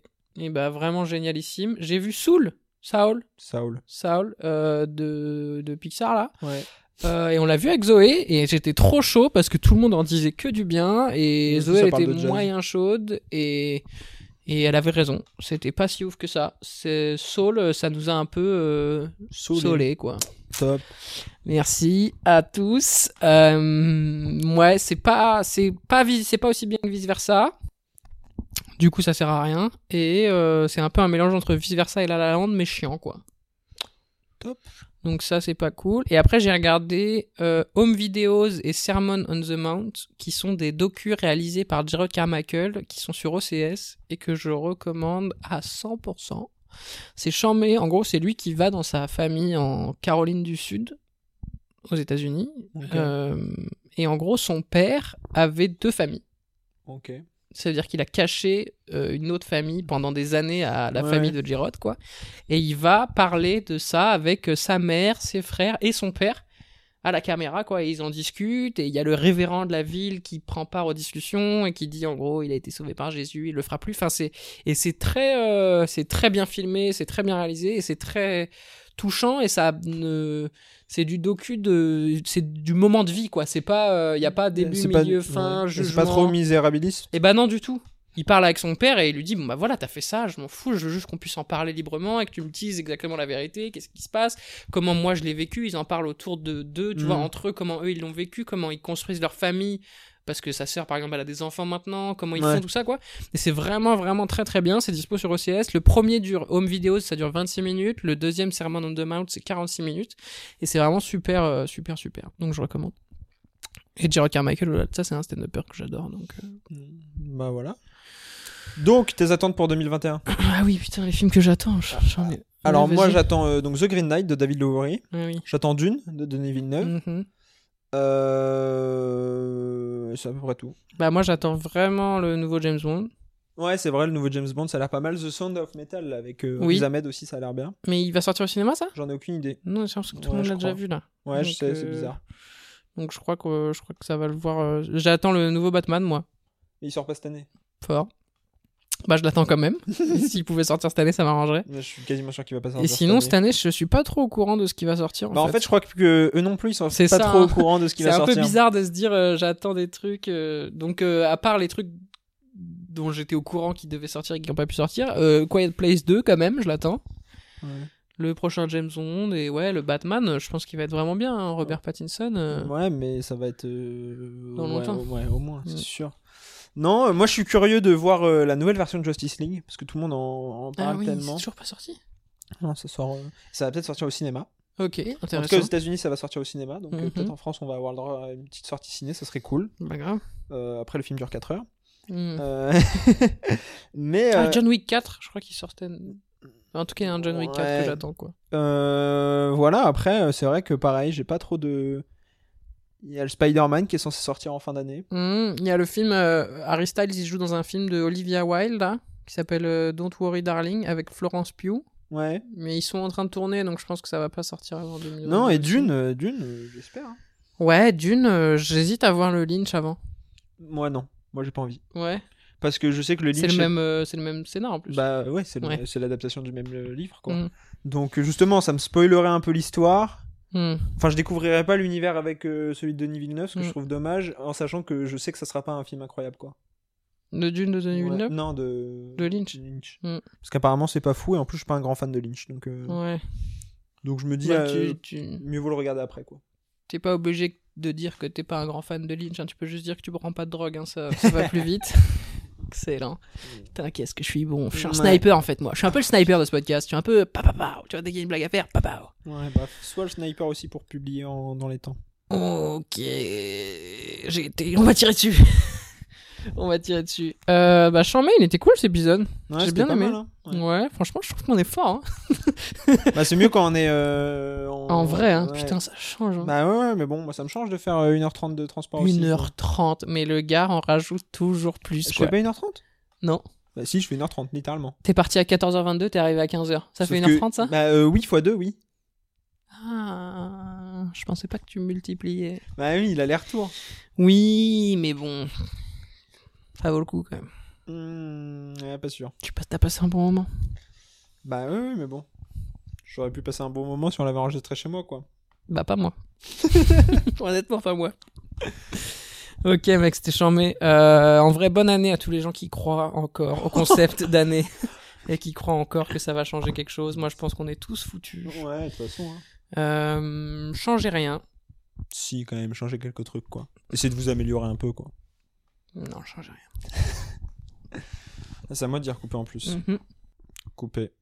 Speaker 5: bah vraiment génialissime. J'ai vu Soul, Saul,
Speaker 6: Saul.
Speaker 5: Saul euh, de, de Pixar là,
Speaker 6: Ouais.
Speaker 5: Euh, et on l'a vu avec Zoé et j'étais trop chaud parce que tout le monde en disait que du bien et
Speaker 6: Oui,
Speaker 5: Zoé
Speaker 6: ça
Speaker 5: elle
Speaker 6: parle
Speaker 5: était
Speaker 6: de jazz.
Speaker 5: moyen chaude et et elle avait raison. C'était pas si ouf que ça. C'est Saul, ça nous a un peu euh,
Speaker 6: Saul.
Speaker 5: saulé quoi.
Speaker 6: Top.
Speaker 5: Merci à tous. Euh, ouais, c'est pas, c'est pas, vis- c'est pas aussi bien que vice versa. Du coup, ça sert à rien. Et euh, c'est un peu un mélange entre vice versa et La La Land, mais chiant quoi.
Speaker 6: Top.
Speaker 5: Donc ça, c'est pas cool. Et après, j'ai regardé euh, Home Videos et Sermon on the Mount, qui sont des docus réalisés par Jared Carmichael, qui sont sur OCS et que je recommande à 100%. C'est chambé. En gros, c'est lui qui va dans sa famille en Caroline du Sud, aux États-Unis.
Speaker 6: Ok.
Speaker 5: Euh, et en gros, son père avait deux familles.
Speaker 6: Ok.
Speaker 5: Ça veut dire qu'il a caché euh, une autre famille pendant des années à la
Speaker 6: Ouais.
Speaker 5: famille de Girod, quoi. Et il va parler de ça avec euh, sa mère, ses frères et son père à la caméra, quoi. Et ils en discutent. Et il y a le révérend de la ville qui prend part aux discussions et qui dit, en gros, il a été sauvé par Jésus, il le fera plus. Enfin, c'est et c'est très, euh, c'est très bien filmé, c'est très bien réalisé et c'est très touchant et ça ne c'est du docu de c'est du moment de vie quoi c'est pas euh, il y a pas début
Speaker 6: C'est pas-
Speaker 5: milieu fin
Speaker 6: ouais.
Speaker 5: je
Speaker 6: C'est pas trop misérabiliste.
Speaker 5: et bah non du tout. Il parle avec son père et il lui dit bon bah voilà t'as fait ça, je m'en fous, je veux juste qu'on puisse en parler librement et que tu me dises exactement la vérité, qu'est-ce qui se passe, comment moi je l'ai vécu, ils en parlent autour de d'eux, tu
Speaker 6: Mm.
Speaker 5: vois entre eux comment eux ils l'ont vécu, comment ils construisent leur famille parce que sa sœur par exemple elle a des enfants maintenant, comment ils
Speaker 6: Ouais.
Speaker 5: font tout ça quoi. Et c'est vraiment vraiment très très bien, c'est dispo sur OCS. Le premier dure Home Videos, ça dure 26 minutes, le deuxième Sermon on the Mount c'est 46 minutes et c'est vraiment super euh, super super. Donc je recommande. Et Jerry Carmichael, au-delà de ça c'est un stand-upper que j'adore donc euh,
Speaker 6: Bah voilà. Donc, tes attentes pour 2021
Speaker 5: Ah oui, putain, les films que j'attends. je- j'en ai-
Speaker 6: Alors,
Speaker 5: Ouais,
Speaker 6: moi,
Speaker 5: vas-y.
Speaker 6: j'attends euh, donc The Green Knight de David Lowery.
Speaker 5: Ah oui.
Speaker 6: J'attends Dune de Denis Villeneuve.
Speaker 5: Mhm.
Speaker 6: Euh, C'est à peu près tout.
Speaker 5: Bah, moi, j'attends vraiment le nouveau James Bond.
Speaker 6: Ouais, c'est vrai, le nouveau James Bond, ça a l'air pas mal. The Sound of Metal là, avec euh,
Speaker 5: Oui.
Speaker 6: Riz Ahmed aussi, ça a l'air bien.
Speaker 5: Mais il va sortir au cinéma, ça
Speaker 6: J'en ai aucune idée.
Speaker 5: Non, je pense que tout le
Speaker 6: Ouais,
Speaker 5: monde
Speaker 6: je
Speaker 5: l'a déjà
Speaker 6: crois.
Speaker 5: vu, là.
Speaker 6: Ouais, je
Speaker 5: Donc,
Speaker 6: sais, c'est
Speaker 5: euh,
Speaker 6: bizarre.
Speaker 5: Donc, je crois que, je crois que ça va le voir. euh, J'attends le nouveau Batman, moi.
Speaker 6: Il sort pas cette année.
Speaker 5: Fort. Bah, je l'attends quand même. S'il pouvait sortir cette année, ça m'arrangerait.
Speaker 6: Mais Je suis quasiment sûr qu'il va pas sortir.
Speaker 5: Et sinon,
Speaker 6: cette
Speaker 5: cette
Speaker 6: année.
Speaker 5: année, je suis pas trop au courant de ce qui va sortir.
Speaker 6: Bah, en fait, je crois que eux non plus, ils sont pas
Speaker 5: C'est ça,
Speaker 6: trop
Speaker 5: hein.
Speaker 6: au courant de ce qui
Speaker 5: C'est
Speaker 6: va
Speaker 5: un
Speaker 6: sortir.
Speaker 5: peu bizarre de se dire euh, j'attends des trucs. euh, donc, euh, à part les trucs dont j'étais au courant qui devaient sortir et qui n'ont pas pu sortir, euh, Quiet Place 2, quand même, je l'attends.
Speaker 6: Ouais.
Speaker 5: Le prochain James Bond et ouais, le Batman, euh, je pense qu'il va être vraiment bien, hein, Robert Pattinson. euh.
Speaker 6: Ouais, mais ça va être. euh,
Speaker 5: Dans
Speaker 6: ouais,
Speaker 5: longtemps. Mm.
Speaker 6: au- Ouais, au moins, c'est
Speaker 5: Ouais.
Speaker 6: sûr. Non, euh, moi je suis curieux de voir euh, la nouvelle version de Justice League, parce que tout le monde en, en
Speaker 5: Ah
Speaker 6: parle
Speaker 5: oui, c'est
Speaker 6: tellement.
Speaker 5: toujours pas sorti.
Speaker 6: Non, ça, sort, euh, ça va peut-être sortir au cinéma.
Speaker 5: Ok,
Speaker 6: En tout cas, aux
Speaker 5: intéressant.
Speaker 6: États-Unis, ça va sortir au cinéma, donc euh,
Speaker 5: Mhm.
Speaker 6: peut-être en France, on va avoir le droit à une petite sortie ciné, ça serait cool.
Speaker 5: Pas Bah, grave.
Speaker 6: Euh, après, le film dure 4 heures.
Speaker 5: Hmm.
Speaker 6: Euh, mais
Speaker 5: Ah,
Speaker 6: euh,
Speaker 5: John Wick 4, je crois qu'il sortait. En tout cas, il y a un John Wick 4
Speaker 6: Ouais.
Speaker 5: que j'attends quoi.
Speaker 6: euh, voilà, après, euh, c'est vrai que pareil, j'ai pas trop de. Il y a le Spider-Man qui est censé sortir en fin d'année.
Speaker 5: Hmm, Il y a le film euh, Harry Styles, il joue dans un film de Olivia Wilde là, qui s'appelle euh, Don't Worry Darling avec Florence Pugh,
Speaker 6: Ouais.
Speaker 5: mais ils sont en train de tourner donc je pense que ça va pas sortir avant 2020.
Speaker 6: Non, et Dune, euh, Dune, euh, j'espère. hein.
Speaker 5: Ouais, Dune, euh, j'hésite à voir le Lynch avant.
Speaker 6: Moi, non. Moi, j'ai pas envie.
Speaker 5: Ouais,
Speaker 6: Parce que je sais que le
Speaker 5: c'est
Speaker 6: livre.
Speaker 5: le même euh, c'est le même scénar en plus.
Speaker 6: Bah ouais, c'est le-
Speaker 5: Ouais.
Speaker 6: c'est l'adaptation du même euh, livre, quoi.
Speaker 5: Hmm.
Speaker 6: Donc, euh, justement, ça me spoilerait un peu l'histoire.
Speaker 5: Hmm.
Speaker 6: Enfin, je découvrirai pas l'univers avec euh, celui de Denis Villeneuve, ce que
Speaker 5: Mm.
Speaker 6: je trouve dommage, en sachant que je sais que ça sera pas un film incroyable, quoi.
Speaker 5: De Dune de
Speaker 6: Ouais.
Speaker 5: 2009
Speaker 6: Non, de...
Speaker 5: De Lynch. Mm.
Speaker 6: Parce qu'apparemment, c'est pas fou, et en plus, je suis pas un grand fan de Lynch, donc, euh,
Speaker 5: Ouais.
Speaker 6: donc je me dis,
Speaker 5: Bah,
Speaker 6: euh,
Speaker 5: tu- tu-
Speaker 6: mieux vaut le regarder après, quoi.
Speaker 5: T'es pas obligé de dire que t'es pas un grand fan de Lynch, hein, tu peux juste dire que tu prends pas de drogue, hein, ça, ça va plus vite. Excellent. Putain, qu'est-ce que je suis bon. Je suis un
Speaker 6: Ouais.
Speaker 5: sniper en fait, moi. Je suis un peu le sniper de ce podcast. Je suis un peu. pa, pa, pa. Tu vois, dès qu'il y a une blague à faire, pa, pa.
Speaker 6: Ouais, bah, soit le sniper aussi pour publier en- dans les temps.
Speaker 5: Ok. J'ai été. On m'a tiré dessus. On m'a tiré dessus. Euh, bah, Chambé, il était cool cet épisode. J'ai
Speaker 6: Ouais, c'était
Speaker 5: bien
Speaker 6: pas
Speaker 5: aimé.
Speaker 6: mal, hein. Ouais.
Speaker 5: Ouais, franchement, je trouve qu'on est fort. hein.
Speaker 6: bah, c'est mieux quand on est. euh, en...
Speaker 5: En vrai, hein.
Speaker 6: ouais.
Speaker 5: putain, ça change. hein.
Speaker 6: Bah ouais, ouais, mais bon, moi ça me change de faire euh, 1h30 de transport aussi. quoi.
Speaker 5: 1h30, mais le gars en rajoute toujours plus.
Speaker 6: Je
Speaker 5: quoi.
Speaker 6: fais pas 1h30
Speaker 5: Non.
Speaker 6: Bah si, je fais 1h30, littéralement.
Speaker 5: T'es parti à 14h22, t'es arrivé à 15h. Ça fait
Speaker 6: Sauf que-
Speaker 5: 1h30 ça
Speaker 6: Bah euh, oui, x2, oui.
Speaker 5: Ah, je pensais pas que tu multipliais.
Speaker 6: Bah oui, il a l'air tour.
Speaker 5: Oui, mais bon. Ça vaut le coup quand même.
Speaker 6: Hmm, ouais, pas sûr.
Speaker 5: Tu passes, t'as passé un bon moment.
Speaker 6: Bah oui, oui, mais bon. J'aurais pu passer un bon moment si on l'avait enregistré chez moi, quoi.
Speaker 5: Bah, pas moi. Honnêtement, pas moi. Ok, mec, c'était chambé. Euh, en vrai, bonne année à tous les gens qui croient encore au concept d'année et qui croient encore que ça va changer quelque chose. Moi, je pense qu'on est tous foutus.
Speaker 6: Ouais, de toute façon. hein.
Speaker 5: Euh, changez rien.
Speaker 6: Si, quand même, changer quelques trucs, quoi. Essayez de vous améliorer un peu, quoi.
Speaker 5: Non, changez rien.
Speaker 6: Ah, C'est à moi de dire couper en plus.
Speaker 5: Mhm.
Speaker 6: Couper.